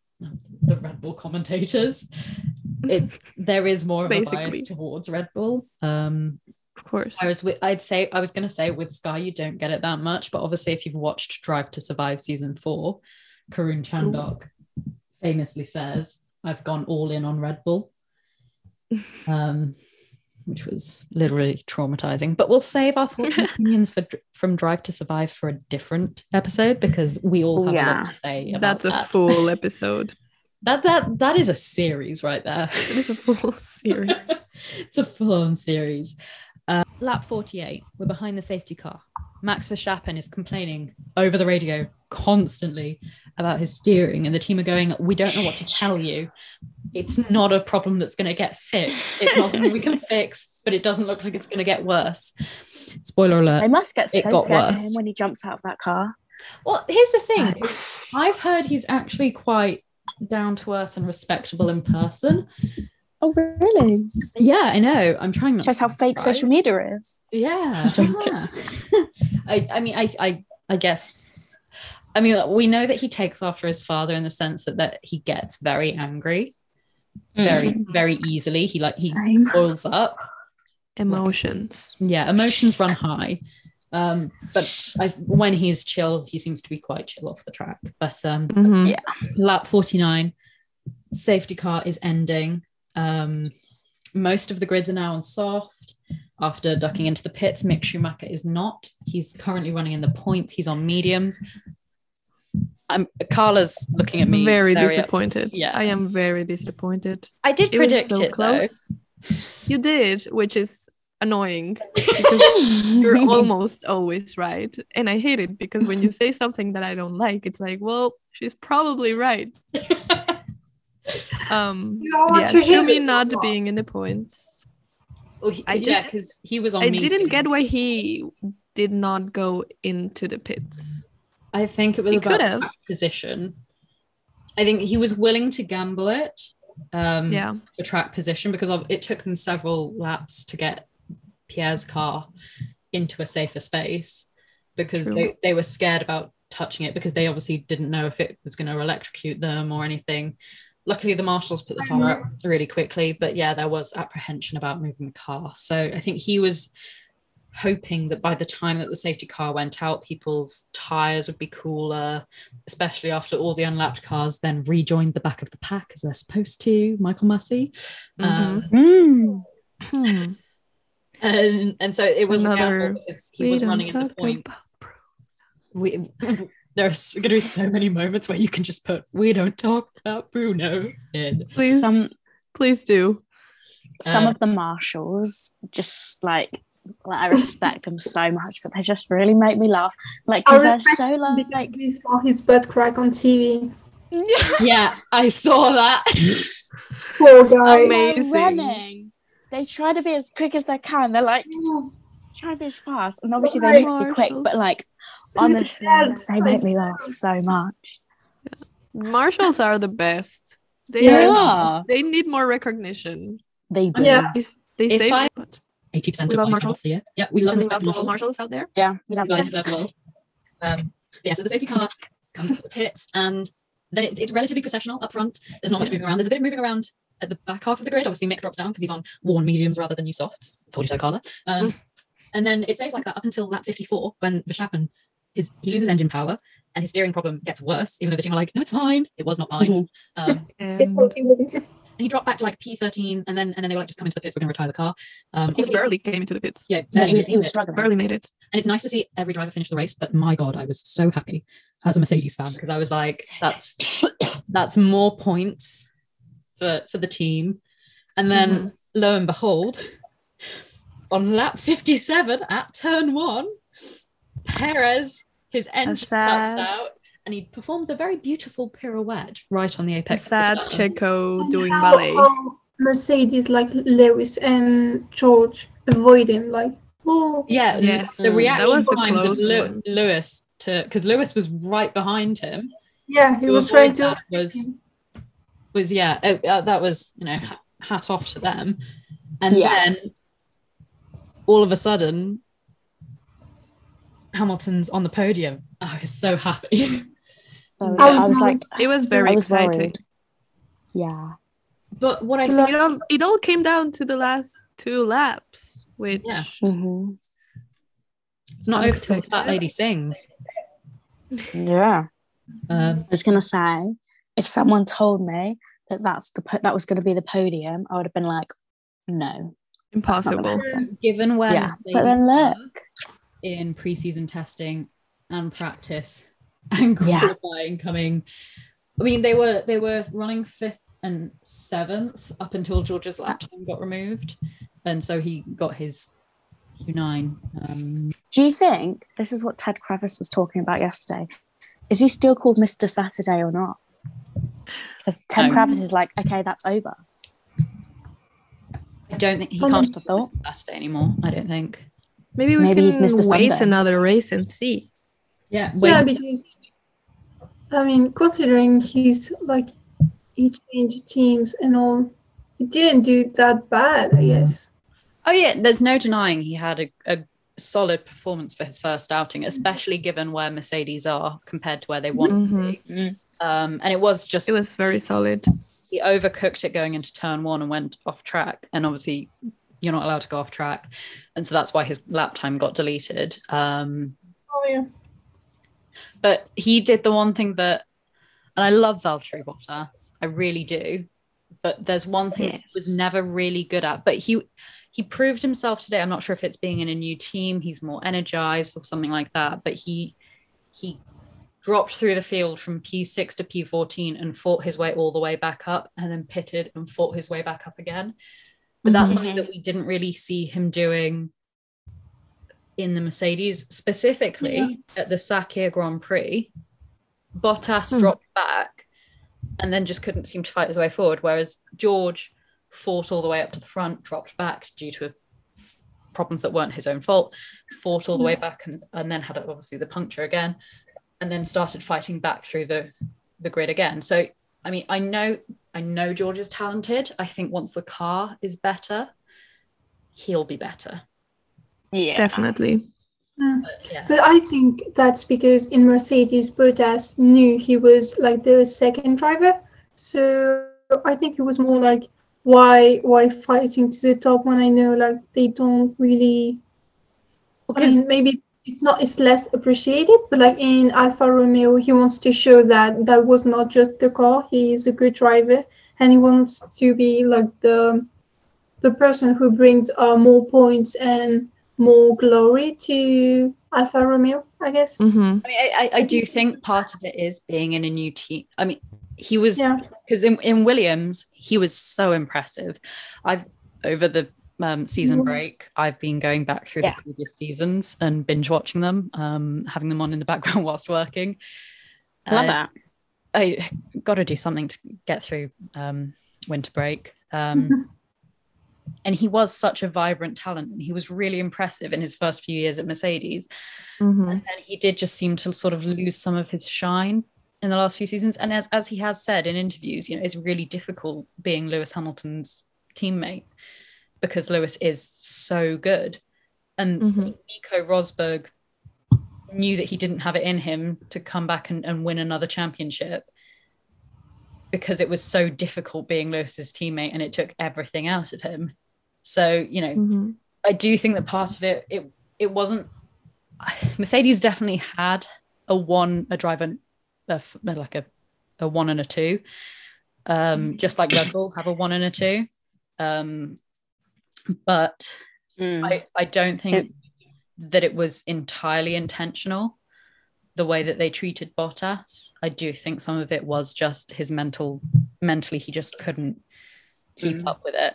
A: the red bull commentators it there is more of a
C: Basically.
A: bias towards red bull um
C: Of course.
A: i was with i'd say i was going to say with sky you don't get it that much but obviously if you've watched drive to survive season four karun chandok famously says i've gone all in on red bull um which was literally traumatizing. But we'll save our thoughts and opinions for from Drive to Survive for a different episode because we all have a
D: Yeah.
A: lot to say. About
C: That's a
A: that.
C: full episode.
A: That that that is a series right there.
C: It is a full series.
A: it's a full-on series. Uh, lap 48, we're behind the safety car. Max Verstappen is complaining over the radio constantly about his steering, and the team are going, "We don't know what to tell you. It's not a problem that's going to get fixed. It's not something we can fix, but it doesn't look like it's going to get worse." Spoiler
D: I
A: alert.
D: must get so
A: It got
D: scared of
A: worse.
D: him when he jumps out of that car
A: Well, here's the thing:
D: Right.
A: I've heard he's actually quite down to earth and respectable in person.
D: oh really
A: Yeah, I know. I'm trying not.
D: shows how fake social media is
A: Yeah. yeah. I, I mean, I, I, I guess. I mean, we know that he takes after his father in the sense that, that he gets very angry, very,
D: Mm.
A: very easily. He like he
D: same
A: boils up.
C: Emotions.
A: Yeah, emotions run high. Um, but I, when he's chill, he seems to be quite chill off the track. But um,
C: Mhm.
A: lap 49 safety car is ending um most of the grids are now on soft after ducking into the pits mick schumacher is not he's currently running in the points he's on mediums I'm Carla's looking at me.
C: very
A: very upset.
C: disappointed.
A: Yeah.
C: I am very disappointed.
A: I did
C: It
A: predict
C: was so
A: it though.
C: close. You did, which is annoying because you're almost always right. And I hate it because when you say something that I don't like, it's like, well, she's probably right. Um
B: You all
C: yeah,
B: want to hear
C: show me
B: this
C: not
B: one.
C: being in the points.
A: Oh, he,
C: I
A: yeah,
C: just-
A: because he was on.
C: I
A: me
C: didn't
A: too.
C: get why he did not go into the pits.
A: I think it was
C: He
A: about
C: could've.
A: that position. I think he was willing to gamble it. Um,
C: Yeah.
A: for track position because of, it took them several laps to get Pierre's car into a safer space because
C: True.
A: they, they were scared about touching it because they obviously didn't know if it was going to electrocute them or anything. Luckily, the marshals put the fire up really quickly, but yeah, there was apprehension about moving the car. So I think he was hoping that by the time that the safety car went out, people's tires would be cooler, especially after all the unlapped cars then rejoined the back of the pack as they're supposed to. Michael Massey,
C: Mm-hmm.
A: um,
D: Mm.
C: Hmm.
A: and and so it was
C: Another-
A: another, because he was running at the point. We, there's going to be so many moments where you can just put "We don't talk about Bruno" in.
C: Please,
D: Some-
C: please do.
D: Some
A: Uh,
D: of the marshals just like, like I respect them so much, but they just really make me laugh. Like
B: I
D: 'cause they're
B: respect
D: so low,
B: Because
D: like
B: we saw his butt crack on TV.
A: Yeah, I saw that.
B: Poor guy.
C: Amazing.
D: oh, they're running. They try to be as quick as they can. They're like try to be as fast, and obviously they need to be quick. But
C: Marshals.
D: like honestly, they make me laugh so much.
C: Marshals are the best. They
B: Yeah.
D: They
C: are.
D: are.
C: They need more recognition.
D: They do.
B: Yeah.
C: They, they
A: If
C: save
A: I-
C: but
A: Eighty percent
C: We
A: of
C: love
A: my
C: marshals.
A: Yeah, yeah, we love
C: we
A: the
C: love all
A: marshals.
C: marshals out there.
D: Yeah.
A: We love guys love marshals. Um, yeah, so the safety car comes to the pits, and then it, it's relatively processional up front. There's not much moving around. There's a bit of moving around at the back half of the grid. Obviously, Mick drops down because he's on worn mediums rather than new softs. Told you so, Carla. Um, and then it stays like that up until lap 54 when Verstappen his he loses engine power and his steering problem gets worse. Even though the team are like, no, it's fine. It was not mine.
D: Mm-hmm.
A: Um,
B: It's
C: And
B: what he wouldn't.
A: and he dropped back to like P13, and then and then they were like, just come into the pits. We're going to retire the car. Um,
C: he
A: obviously-
C: barely came into the pits.
A: Yeah,
D: Yeah, he was, he
A: barely.
D: was struggling.
C: Barely made it.
A: And it's nice to see every driver finish the race, but my god, I was so happy as a Mercedes fan because I was like, that's that's more points for for the team. And then
C: Mm-hmm.
A: lo and behold, on lap 57 at turn one, Perez, his engine
C: sad-
A: cuts out and he performs a very beautiful pirouette right on the
C: A
A: apex. of the
C: sad
A: turn.
C: Checo doing
B: How-
C: ballet.
B: how Mercedes, like Lewis and George, avoid him. Like, oh,
A: Yeah, l-
C: Yes.
A: the
D: Mm, that
A: reaction
C: was a
A: times of
C: close
A: Lew-
C: one.
A: Lewis to because Lewis was right behind him.
B: yeah, he
A: to
B: was
A: avoid
B: trying to.
A: that was was yeah uh, uh, that was you know ha- hat off to them and
D: Yeah.
A: then all of a sudden hamilton's on the podium i was so happy
C: I
D: So Oh, I
C: was
D: was, like,
C: It was very
D: I was
C: exciting.
D: worried. yeah,
A: but what i think
C: It all, it all came down to the last two laps, which
A: Yeah.
D: hmm
A: it's not over till that
C: Unexpected.
A: lady sings
D: yeah.
A: um,
D: I was gonna say, if someone told me that that's the po- that was gonna be the podium, I would have been like, no, that's not gonna
C: impossible.
D: happen.
A: given where
D: Yeah,
A: Mercedes
D: but then
A: were
D: look,
A: in preseason testing and practice and
D: Yeah.
A: qualifying coming i mean they were they were running fifth and seventh up until george's lap time got removed and so he got his q9 um,
D: Do you think this is what Ted Kravis was talking about yesterday? Is he still called Mr. Saturday or not? Because Ted
A: No.
D: Kravis is like, okay, that's over.
A: i don't think he
D: Well,
A: can't
D: that's the
A: do this saturday anymore i don't think
C: Maybe we
D: Maybe he's
C: can
D: Mr.
C: wait
D: Sunday.
C: another race and see.
A: yeah
B: Yeah,
A: wait,
B: because I mean, considering he's like he changed teams and all, he didn't do that bad, I guess.
A: oh yeah there's no denying he had a, a solid performance for his first outing especially given where mercedes are compared to where they want
C: Mhm.
A: um and it was just
C: It was very solid.
A: he overcooked it going into turn one and went off track. And obviously, you're not allowed to go off track, and so that's why his lap time got deleted. Um,
B: Oh yeah.
A: but he did the one thing that, and I love Valtteri Bottas, I really do. But there's one thing that he was
C: Yes.
A: never really good at. But he he proved himself today. I'm not sure if it's being in a new team, he's more energized or something like that. But he he dropped through the field from P6 to P14 and fought his way all the way back up and then pitted and fought his way back up again. But that's something that we didn't really see him doing in the Mercedes, specifically at the Sakir Grand Prix. Bottas
C: Hmm.
A: dropped back and then just couldn't seem to fight his way forward, whereas George fought all the way up to the front, dropped back due to problems that weren't his own fault, fought all the way back and, and then had obviously the puncture again, and then started fighting back through the, the grid again. So I mean, I know I know George is talented. I think once the car is better, he'll be better.
D: Yeah.
C: Definitely.
A: But yeah.
B: But I think that's because in Mercedes, Bottas knew he was like the second driver, so I think it was more like why why fighting to the top when I know like they don't really. I
A: Because-
B: mean, maybe it's not it's less appreciated, but like in Alfa Romeo, he wants to show that that was not just the car. He is a good driver, and he wants to be like the the person who brings uh, more points and more glory to Alfa Romeo, I guess.
C: Mm-hmm.
A: I mean, I, I, I do think part of it is being in a new team. I mean, he was
B: Yeah.
A: because in, in Williams, he was so impressive. I've over the um, season break, I've been going back through
D: Yeah.
A: the previous seasons and binge watching them, um, having them on in the background whilst working.
D: Love
A: Uh,
D: that.
A: I got to Oh, do something to get through um, winter break. Um, and he was such a vibrant talent. and He was really impressive in his first few years at Mercedes.
C: Mm-hmm.
A: And then he did just seem to sort of lose some of his shine in the last few seasons. And as, as he has said in interviews, you know, it's really difficult being Lewis Hamilton's teammate because Lewis is so good. And
C: Mhm.
A: Nico Rosberg knew that he didn't have it in him to come back and, and win another championship because it was so difficult being Lewis's teammate and it took everything out of him. So, you know,
C: Mm-hmm.
A: I do think that part of it it it wasn't Mercedes definitely had a one a driver a f- like a a one and a two um just like Red Bull have a one and a two um but I, I don't think that it was entirely intentional the way that they treated Bottas. I do think some of it was just his mental mentally he just couldn't keep
D: Mm.
A: up with it.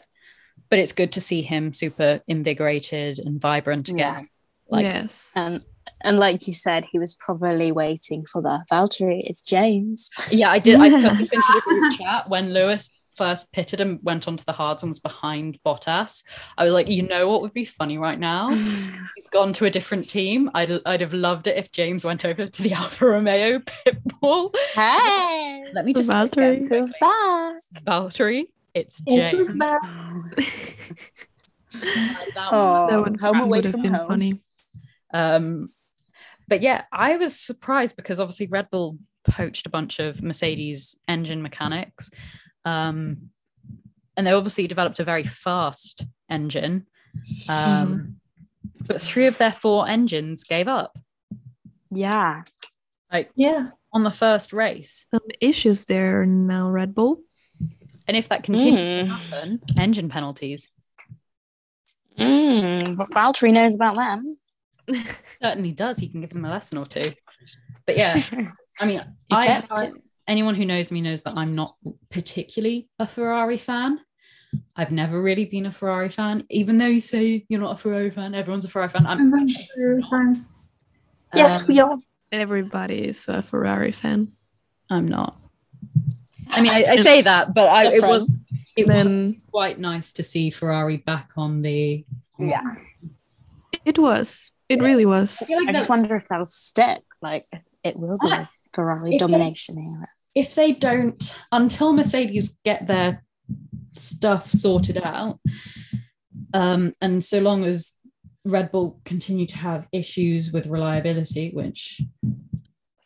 A: But it's good to see him super invigorated and vibrant again.
D: Yeah.
A: Like
C: yes.
D: Um, and like you said, he was probably waiting for the Valtteri. It's James.
A: Yeah, I did. I put this into the group chat when Lewis first pitted and went onto the hards and was behind Bottas. I was like, you know what would be funny right now? He's gone to a different team. I'd, I'd have loved it if James went over to the Alfa Romeo pit bull.
D: Hey,
A: Let me just
C: Valtteri.
A: Yes,
D: who's back?
A: it's Valtteri. It's
B: It
A: James.
B: was bad.
A: Like that one.
D: Oh,
C: that would,
D: home
C: that
D: away
C: would have
D: from
C: been
D: home.
C: funny.
A: Um, but yeah, I was surprised because obviously Red Bull poached a bunch of Mercedes engine mechanics. Um, and they obviously developed a very fast engine. Um, But three of their four engines gave up
D: Yeah.
B: Yeah.
A: on the first race.
C: Some issues there now, Red Bull.
A: And if that continues
D: Mm.
A: to happen, engine penalties
D: Mm, but Valtteri knows about them.
A: certainly does. He can give them a lesson or two. But yeah, I mean, I,
D: gets
A: I- anyone who knows me knows that I'm not particularly a Ferrari fan. I've never really been a Ferrari fan, even though you say you're not a Ferrari fan. Everyone's a Ferrari fan. I'm,
B: Yes,
A: um,
B: we are.
C: Everybody is a Ferrari fan.
A: I'm not. I mean, I, I say that, but I, it was it was
C: then
A: quite nice to see Ferrari back on the.
D: Yeah.
C: it was. It really was.
A: feel
D: I just wonder if that'll stick. Like, if it will be
A: Ah,
D: Ferrari
A: if there's-
D: domination here.
A: if they don't until mercedes get their stuff sorted out um and so long as red bull continue to have issues with reliability which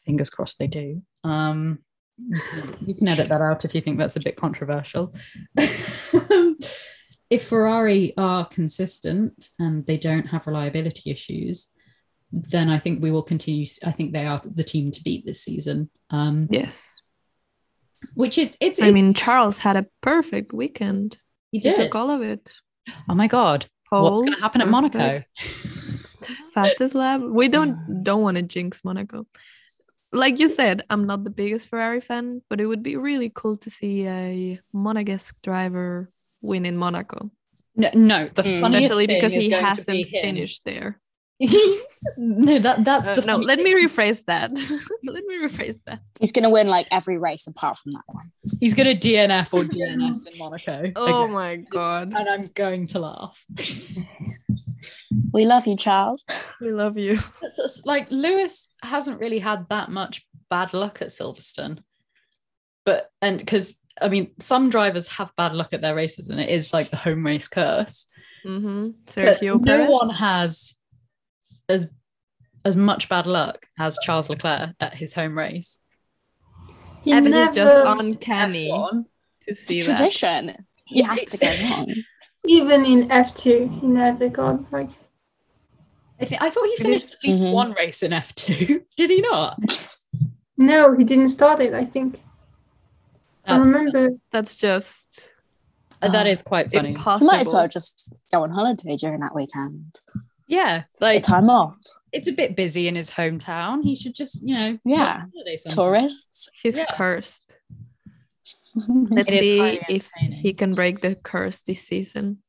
A: fingers crossed they do um you can- you can edit that out if you think that's a bit controversial if ferrari are consistent and they don't have reliability issues then i think we will continue i think they are the team to beat this season um
C: Yes.
A: which it's it's
C: I mean, Charles had a perfect weekend.
A: he
C: He
A: did.
C: took Oh, all of it.
A: Oh my god, what's
C: Pole,
A: going to happen at
C: perfect,
A: Monaco?
C: Fastest lap. We don't don't want to jinx Monaco. like you said, I'm not the biggest Ferrari fan, but it would be really cool to see a Monegasque driver win in Monaco,
A: No, no the
G: Mm.
A: funniest
C: Hmm. especially
A: thing
C: because
A: is
C: he
A: going to
C: hasn't
A: be him.
C: finished there.
A: no, that that's
C: Uh,
A: the
C: no,
A: funny
C: let
A: thing.
C: me rephrase that. let me rephrase that.
D: He's going to win like every race apart from that one.
A: He's gonna DNF or DNS in Monaco.
C: Oh
A: again,
C: my god,
A: and I'm going to laugh.
D: We love you, Charles.
C: we love you.
A: It's- it's like Lewis hasn't really had that much bad luck at Silverstone, but and because I mean, some drivers have bad luck at their races, and it is like the home race curse.
C: hmm
A: But
C: Sergio
A: no
C: Perez.
A: one has as as much bad luck as Charles Leclerc at his home race.
B: He
C: and this is just
B: never-
C: uncanny
A: F1.
C: to see that.
D: It's tradition. It has to go wrong.
B: even in F2, he never got like
A: I, thi- I thought he finished at least
D: Mhm.
A: one race in F two. Did he not?
B: no, he didn't start it. I think I
A: That's- uh,
B: remember.
C: That's just
A: that is quite funny.
D: You
C: impossible.
D: might as well just go on holiday during that weekend.
A: yeah,
D: Get
A: like
D: time off.
A: it's a bit busy in his hometown. He should just, you know,
D: Yeah.
A: go on holiday somewhere.
D: Tourists.
C: He's
A: Yeah.
C: cursed. Let's
A: It is
C: see
A: highly
C: if
A: entertaining.
C: he can break the curse this season.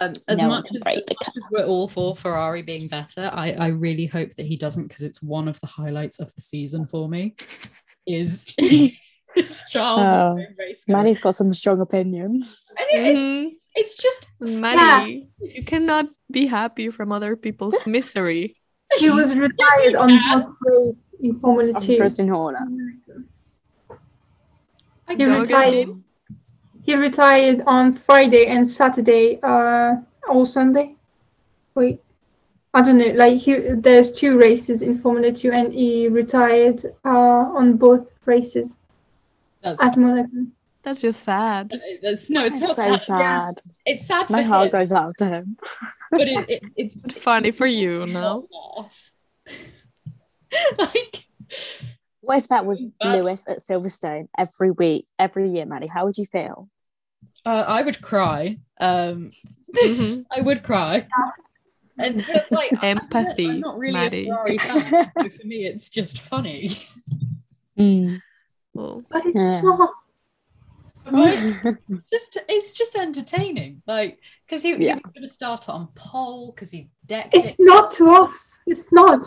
A: Um, as
D: No one
A: much,
D: can
A: as,
D: break
A: as
D: the
A: much as we're all for Ferrari being better, I, I really hope that he doesn't because it's one of the highlights of the season for me. Is is Charles
D: Oh.
A: in race car.
D: Maddie's got some strong opinions.
A: And it- it's,
C: Mhm.
A: it's just
C: Maddie, you cannot be happy from other people's misery.
B: He was retired on
A: can.
B: what grade in Formula
D: I'm
B: Two.
D: Christian Horner.
A: I
B: He
C: Go
A: don't
B: retired.
A: get it.
C: again.
B: He retired on Friday and Saturday, uh, or Sunday. Wait, I don't know. Like he, there's two races in Formula Two, and he retired uh, on both races
A: That's,
B: at Monaco.
C: That's just sad.
A: that's no, it's
D: It's
A: not
D: so
A: sad.
D: sad.
A: It's sad for
D: My
A: him,
D: heart goes out to him.
A: but it, it, it's
C: But funny for you, no?
A: like
D: What if that was
A: It's bad.
D: Lewis at Silverstone every week, every year, Maddie? How would you feel?
A: uh, I would cry. Um,
C: Mhm.
A: I would cry. And but, like I'm not-
C: Empathy,
A: I'm not really
C: Maddie.
A: a Ferrari fan, so for me, it's just funny.
D: Mm.
C: Well,
B: But it's
D: Yeah.
B: not.
D: Mm.
A: Like,
D: Mm-hmm.
A: just it's just entertaining, like because he, he
D: Yeah.
A: was going to start on pole because he decked
B: It's
A: it.
B: not to us. It's not.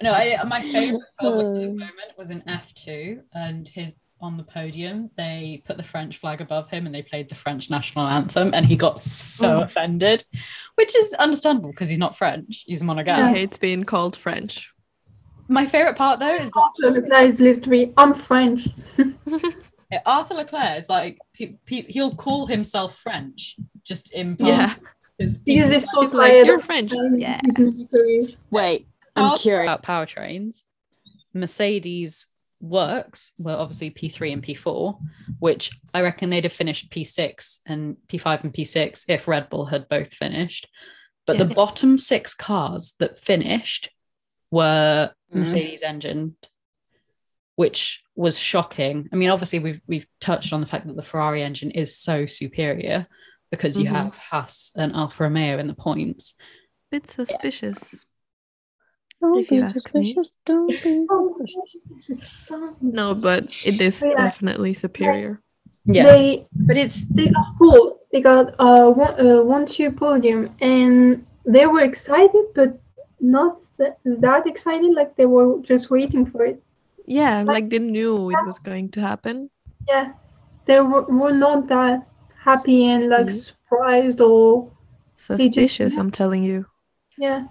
A: No, I, uh, my favorite Charles Leclerc
D: Um.
A: moment was in F two, and his on the podium they put the French flag above him and they played the French national anthem, and he got so offended, which is understandable because he's not French, he's Monegasque.
C: he hates being called French.
A: My favorite part though is that
B: Arthur Leclerc is literally. I'm French.
A: Arthur Leclerc is like he, he, he'll call himself French just in part
C: Yeah.
A: because
B: Because he's so
C: He's like,
B: tired. Um,
C: you're
B: of
C: French.
B: saying
F: Yeah.
B: his miseries.
D: Wait, I'm
A: asked
D: curious.
A: about powertrains. Mercedes works were obviously P3 and P4, which I reckon they'd have finished P6 and P5 and P6 if Red Bull had both finished. But the
C: Yeah.
A: bottom six cars that finished were
D: Mhm.
A: Mercedes engined, which was shocking. I mean, obviously we've we've touched on the fact that the Ferrari engine is so superior because you
C: Mhm.
A: have Haas and Alfa Romeo in the points.
C: Bit suspicious.
D: Don't
C: If you
D: be
C: ask me.
D: suspicious, don't be suspicious.
B: It's just dumb.
C: Oh, No, but it is
B: Yeah.
C: definitely superior.
B: They
A: but it's
B: they got full. They got uh one uh, one two podium, and they were excited, but not that, that excited. Like they were just waiting for it.
C: Yeah, like they knew it was going to happen.
B: Yeah, they were, were not that happy and like
C: Mhm.
B: surprised or
C: Suspicious, I'm telling you.
B: yeah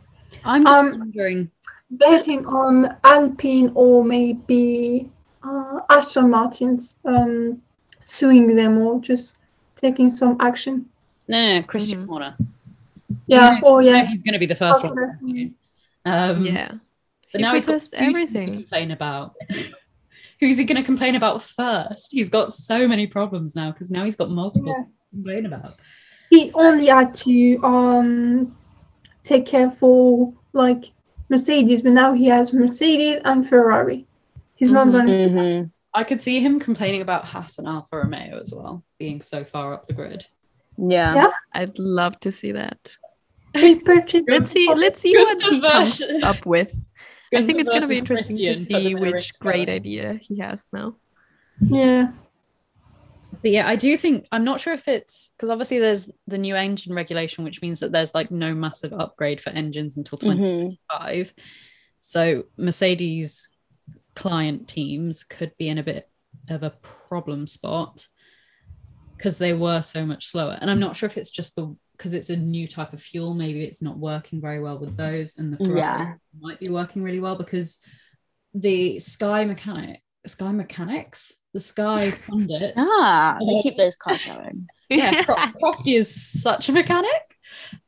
A: I'm just
B: Um,
A: wondering.
B: betting on Alpine or maybe uh, Aston Martin's um suing them or just taking some action.
A: No, no, no, Christian
C: Mhm.
A: Horner.
B: Mm. Yeah.
A: No,
B: Oh
A: no,
B: yeah.
A: he's going to be the first
B: Okay.
A: one. Um,
C: yeah.
A: But
C: he
A: now he's got
C: protests
A: who he's gonna
C: everything.
A: complain about. Who's he going to complain about first? He's got so many problems now because now he's got multiple
B: Yeah.
A: to complain about.
B: he only had to um take care for like Mercedes, but now he has Mercedes and Ferrari. He's
C: Mhm.
B: not going to.
D: Mhm.
A: I could see him complaining about Haas and Alfa Romeo as well, being so far up the grid.
D: Yeah.
B: Yeah.
C: I'd love to see that.
D: Mm-hmm.
B: They purchased.
C: Let's see. Let's see
A: Good
C: what he comes
A: diversion.
C: up with. I think it's going to be
A: versus
C: interesting to
A: Christian, but
C: see
A: then they're
C: which
A: together.
C: great idea he has now.
B: Yeah.
A: But yeah, I do think I'm not sure if it's because obviously there's the new engine regulation, which means that there's like no massive upgrade for engines until
C: Mm-hmm.
D: Mhm.
A: 25. So Mercedes client teams could be in a bit of a problem spot because they were so much slower. And I'm not sure if it's just the because it's a new type of fuel, maybe it's not working very well with those, and the Ferrari
D: Yeah.
A: might be working really well because the Sky mechanic, Sky mechanics, the Sky pundits
D: Ah, they keep those cars going.
A: yeah, Cro- Crofty is such a mechanic.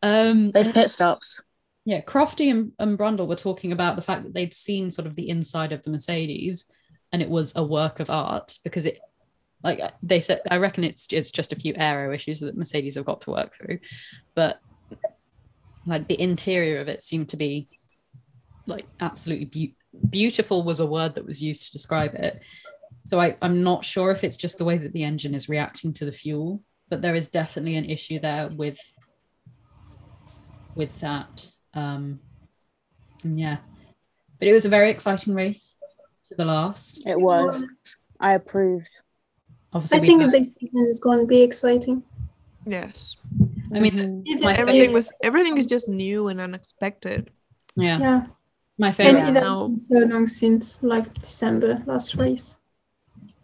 A: Um,
D: Those pit stops.
A: yeah, Crofty and, and Brundle were talking about the fact that they'd seen sort of the inside of the Mercedes, and it was a work of art because it, like uh, they said, I reckon it's it's just a few aero issues that Mercedes have got to work through, but like the interior of it seemed to be like absolutely beau- beautiful was a word that was used to describe it. So I, I'm not sure if it's just the way that the engine is reacting to the fuel, but there is definitely an issue there with with that. Um, and yeah, but it was a very exciting race to the last.
D: It was. I approved.
A: Obviously,
B: I
A: we
B: Um, think
A: had-
B: this season is going to be exciting.
C: Yes.
A: I mean,
D: Mhm.
A: My
C: Everything
A: favorite-
C: was everything is just new and unexpected.
A: yeah,
B: Yeah.
A: my
B: And
A: favorite.
D: Yeah.
B: it has
C: No.
B: been so long since like December last race.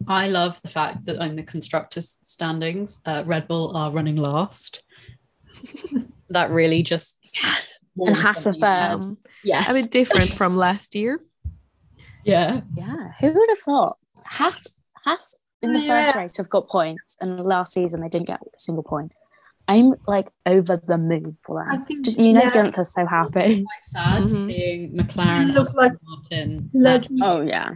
A: I love the fact that in the constructors standings, uh, Red Bull are running last. that really just
D: Yes.
A: warms
D: And Haas are
A: everything up.
D: Um,
C: Um,
A: Yes,
C: a bit different from last year.
A: yeah,
D: Yeah. Who would have thought? Haas, Haas in the first
B: Yeah.
D: race have got points, and last season they didn't get a single point. I'm like over the moon for
B: I
D: that.
B: think
D: Just you know,
B: yeah,
D: Gunther's so happy.
A: quite sad
C: Mhm.
A: seeing McLaren,
B: They look
A: Aston
B: Mm-hmm. like
A: Martin,
B: legends.
D: Oh yeah.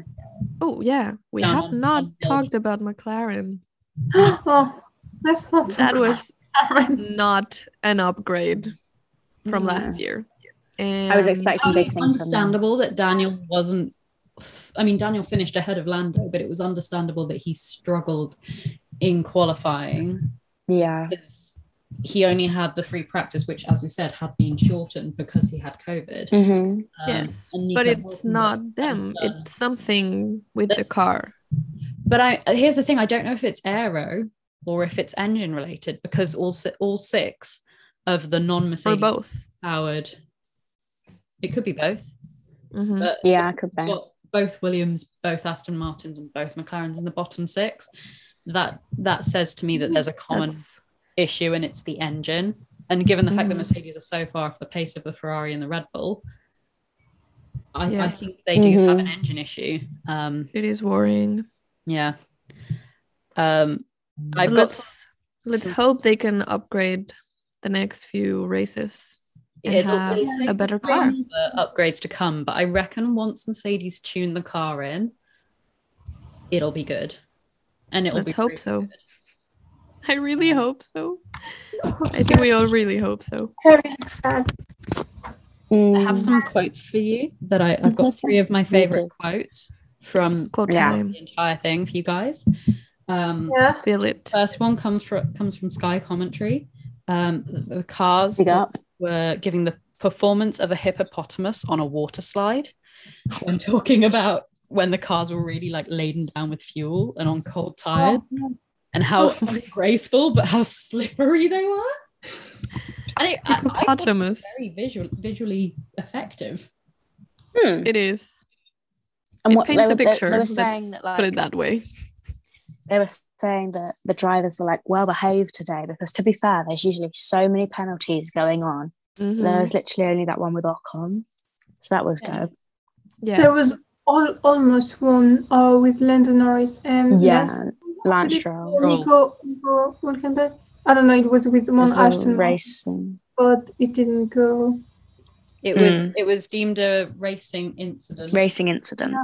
C: Oh yeah, we
A: Down
C: have
A: on-
C: not
A: on Belgium.
C: talked about McLaren.
B: oh, that's not
C: That was
B: Aaron.
C: not an upgrade from last year. And
D: I was expecting
A: I mean,
D: big
A: it's
D: things from them.
A: understandable that Daniel wasn't. I mean, Daniel finished ahead of Lando, but it was understandable that he struggled in qualifying
D: Yeah.
A: because he only had the free practice, which, as we said, had been shortened because he had COVID.
D: hmm
A: Um,
C: Yes,
A: and
C: but
A: Nico
C: it's
A: Hülkenberg
C: not them.
A: done.
C: It's something with
A: uh, That's-
C: the car.
A: But I here's the thing: I don't know if it's aero or if it's engine related because all si- all six of the
C: Or
A: non-Mercedes
C: both.
A: powered. It could be both,
C: Mhm.
A: but
D: Yeah, could be.
A: got both Williams, both Aston Martins, and both McLarens in the bottom six. That that says to me that there's a common
C: That's-
A: issue, and it's the engine. And given the fact that
C: Mhm.
A: Mercedes are so far off the pace of the Ferrari and the Red Bull, I, I
C: Yeah. Mm-hmm.
A: think they do have an engine issue. Um,
C: it is worrying.
A: yeah. Um, I've got
C: let's let's
A: some-
C: hope they can upgrade the next few races and
A: it'll-
C: have
A: it'll take
C: a better car.
A: the upgrades to come, but I reckon once Mercedes tune the car in, it'll be good, and it'll
C: Let's
A: be
C: hope
A: pretty
C: so.
A: good.
C: I really hope so.
B: Oh,
C: I think we all really hope so.
B: Very sad.
A: I
D: Mm.
A: have some quotes for you that I, I've got three of my favorite quotes
B: Um,
A: from
C: Quote
D: Yeah.
C: time.
A: the entire thing for you guys. Um,
B: Yeah.
C: Feel it.
A: First one comes from comes from Sky Commentary. Um, the cars
D: Big up.
A: were giving the performance of a hippopotamus on a water slide. When talking about when the cars were really like laden down with fuel and on cold tires, and how graceful but how slippery they were. And it, I, I thought it was
C: Hippopotamus.
A: very visual, visually effective.
D: Hmm.
C: It is.
D: And
C: it paints
D: they
C: a
D: were- they-
C: picture.
D: They were
C: Let's
D: saying that like
C: put it that way.
D: they were saying that the drivers were like well behaved today because to be fair, there's usually so many penalties going on. There
C: Mhm.
D: was literally only that one with Ocon. So that was
A: Yeah.
D: dope.
C: Yeah.
B: There was all, almost one uh, with Lando Norris and
D: Yeah.
B: Lance-
D: Lance
B: Nico-
D: Stroll.
B: Nico, Nico Hülkenberg. I don't know. It was with Mon
D: There's a
B: Ashton,
D: racing.
B: but it didn't go.
A: It was it was deemed a racing incident
D: Racing incident.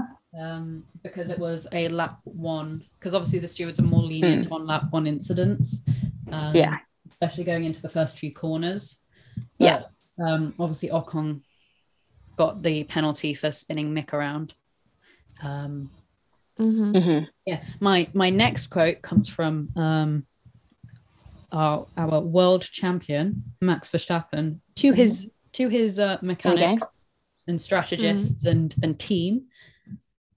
A: um, because it was a lap one. Because obviously the stewards are more lenient on lap one incidents, um,
D: Yeah.
A: especially going into the first few corners.
D: Yeah.
A: But, um, obviously Ocon got the penalty for spinning Mick around. Um,
C: Mhm.
D: hmm
A: yeah, my my next quote comes from um, our our world champion Max Verstappen to his to his uh, mechanic and strategists and and team.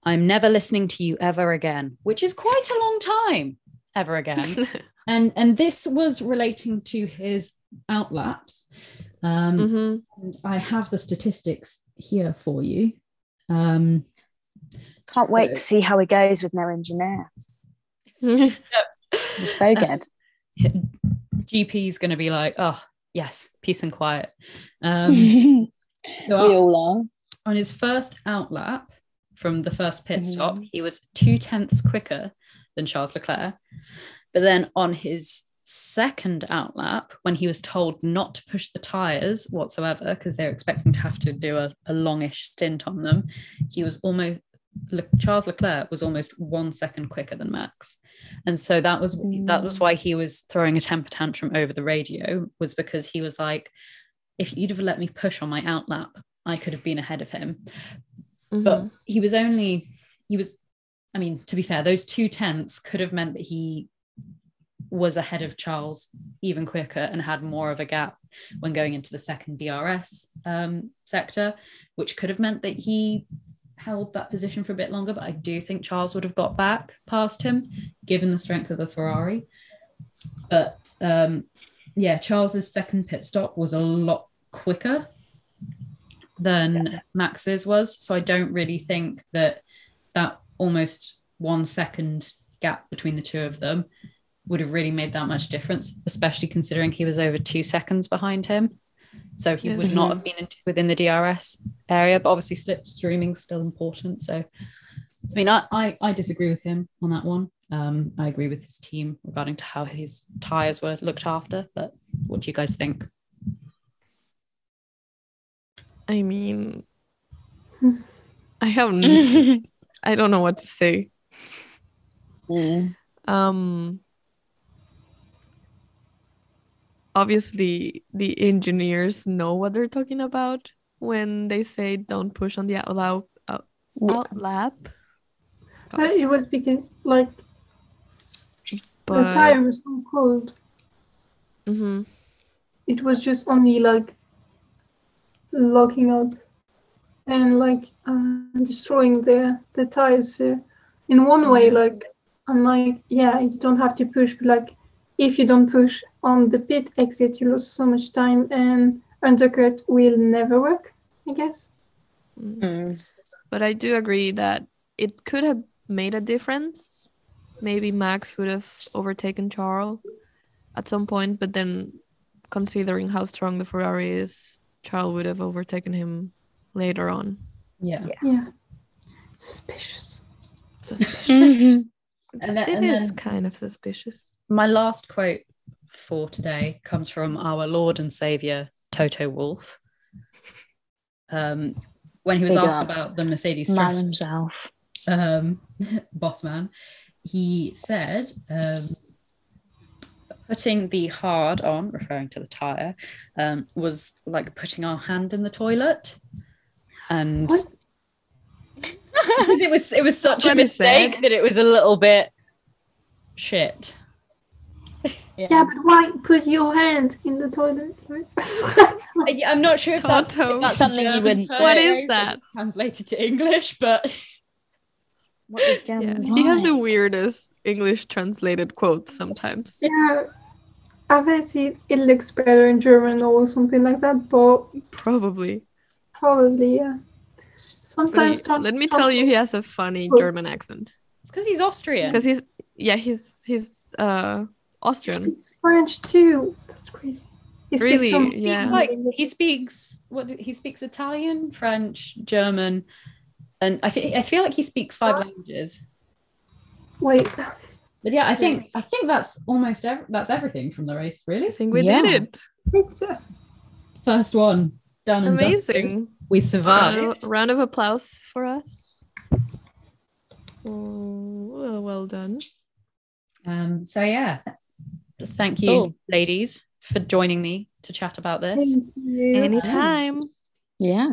A: I'm never listening to you ever again, which is quite a long time ever again. and and this was relating to his outlaps. Um,
C: Mhm.
A: and I have the statistics here for you. Um,
D: Can't wait to see how it goes with no engineer.
C: Mm-hmm.
D: You're so good.
A: GP is going to be like, oh yes, peace and quiet. Um, so
D: we
A: our-
D: all are.
A: on his first outlap from the first pit stop,
D: Mhm.
A: he was two tenths quicker than Charles Leclerc. But then on his second outlap, when he was told not to push the tyres whatsoever, because they're expecting to have to do a, a longish stint on them, he was almost. Le- Charles Leclerc was almost one second quicker than Max, and so that was that was why he was throwing a temper tantrum over the radio was because he was like, "If you'd have let me push on my outlap, I could have been ahead of him. But he was only, he was, I mean, to be fair, those two tenths could have meant that he was ahead of Charles even quicker and had more of a gap when going into the second DRS um, sector, which could have meant that he held that position for a bit longer. But I do think Charles would have got back past him given the strength of the Ferrari. But um, yeah, Charles's second pit stop was a lot quicker than Max's was. So I don't really think that that almost one second gap between the two of them would have really made that much difference, especially considering he was over two seconds behind him. So he would not have been in- within the DRS area, but obviously slipstreaming's still important. So I mean, I, I, I disagree with him on that one. Um, I agree with his team regarding to how his tires were looked after. But what do you guys think?
C: I mean, I have, n- I don't know what to say.
D: Mm.
C: Um, obviously, the engineers know what they're talking about when they say don't push on the outlap. Out,
D: Yeah.
C: outlap
B: But it was because like the
C: but
B: tire was so cold.
C: Mhm.
B: It was just only like locking up and like uh, destroying the the tires. So in one way, like I'm like, yeah, you don't have to push, but like if you don't push on the pit exit, you lose so much time, and undercut will never work. I guess.
C: Mm.
D: Mm.
C: But I do agree that it could have made a difference. Maybe Max would have overtaken Charles at some point, but then considering how strong the Ferrari is, Charles would have overtaken him later on.
A: Yeah.
B: Yeah. Suspicious.
C: Suspicious.
A: And then-
C: It
A: and
C: is
A: then-
C: kind of suspicious.
A: My last quote for today comes from our Lord and Savior, Toto Wolf. Um, when he was
D: Big
A: asked
D: up.
A: about the Mercedes
D: Man
A: strategy-
D: himself.
A: um, boss man, he said, um, putting the hard on, referring to the tire, um, was like putting our hand in the toilet. And
B: What?
A: Because it was it was such a
C: That's what he said.
A: mistake that it was a little bit shit.
B: Yeah, but why put your hand in the toilet? right?
A: I, I'm not sure if that's, if
C: Toto.
A: that's a
D: Something you
A: German
D: wouldn't
A: term,
D: do. What
C: is
A: if
C: that?
A: it's Translated to English, but
D: What is
C: Yeah.
D: Gemma's
C: He has the
D: line?
C: weirdest English translated quotes sometimes.
B: yeah, I bet it, it looks better in German or something like that, but
C: Probably.
B: probably, yeah.
C: But he-
B: Sometimes don't.
C: let me tell you, he has a funny
B: Cool.
C: German accent.
A: it's because he's Austrian.
C: Because he's, yeah, he's, he's uh, Austrian.
B: speaks French too. That's crazy. He speaks
C: Really?
B: some-
C: Yeah.
A: He's like he speaks what did- he speaks Italian, French, German, and I think I feel like he speaks five languages.
B: Wait,
A: But yeah, I think I think that's almost ev- that's everything from the race.
C: I
A: Really,
C: think we
D: Yeah.
C: did it.
B: it's uh,
A: first one done and dusted.
C: Amazing.
A: We
C: Round
A: survived.
C: of, round of applause for us. Oh, well done. Oh.
A: Um, so yeah, thank you,
D: Cool.
A: ladies, for joining me to chat about this.
B: thank you.
C: Anytime.
D: Yeah.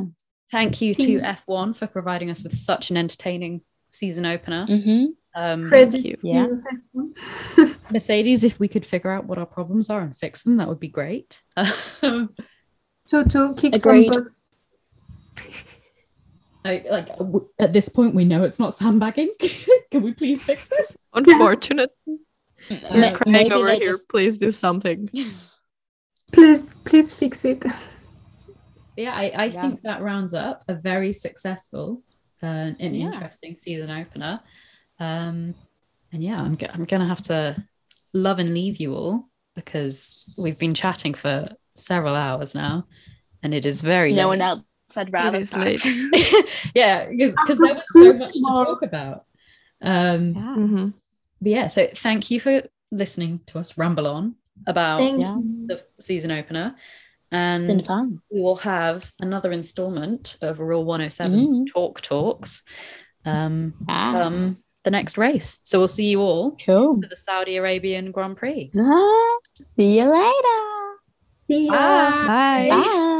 A: Thank you to
B: Thank
A: F1 for providing us with such an entertaining season opener.
D: hmm
A: Um,
B: Credit
C: you.
D: Yeah.
B: you.
A: Mercedes, if we could figure out what our problems are and fix them, that would be great. Um,
B: Toto, kick
D: Agreed.
B: some butt.
A: I, like w- at this point, we know it's not sandbagging. Can we please fix this?
C: Unfortunate.
A: Um,
C: You're
D: Ma-
C: crying
D: maybe
C: Uh, over
D: they
C: here.
D: just-
C: Please do something.
B: Please, please fix it.
A: yeah, I, I
D: Yeah.
A: think that rounds up a very successful uh, and
D: Yeah.
A: interesting season opener. Um, and yeah, I'm, go- I'm gonna have to love and leave you all because we've been chatting for several hours now, and it is very
D: No
A: late.
D: one else had rather
C: is
D: that.
C: late.
A: yeah, because there
B: After
A: was so
B: school
A: much to
B: tomorrow.
A: talk about. Um,
D: Yeah.
C: Mhm.
A: but yeah, so thank you for listening to us ramble on about
B: Thank
D: yeah.
B: you.
A: the season opener,
D: It's
A: and
D: been fun.
A: we will have another installment of Rule 107's
D: Mm.
A: Talk Talks um,
D: Ah,
A: come the next race. So we'll see you all
D: cool.
A: for the Saudi Arabian Grand Prix.
D: Ah, see you later.
B: See ya.
A: Bye.
C: Bye.
D: Bye.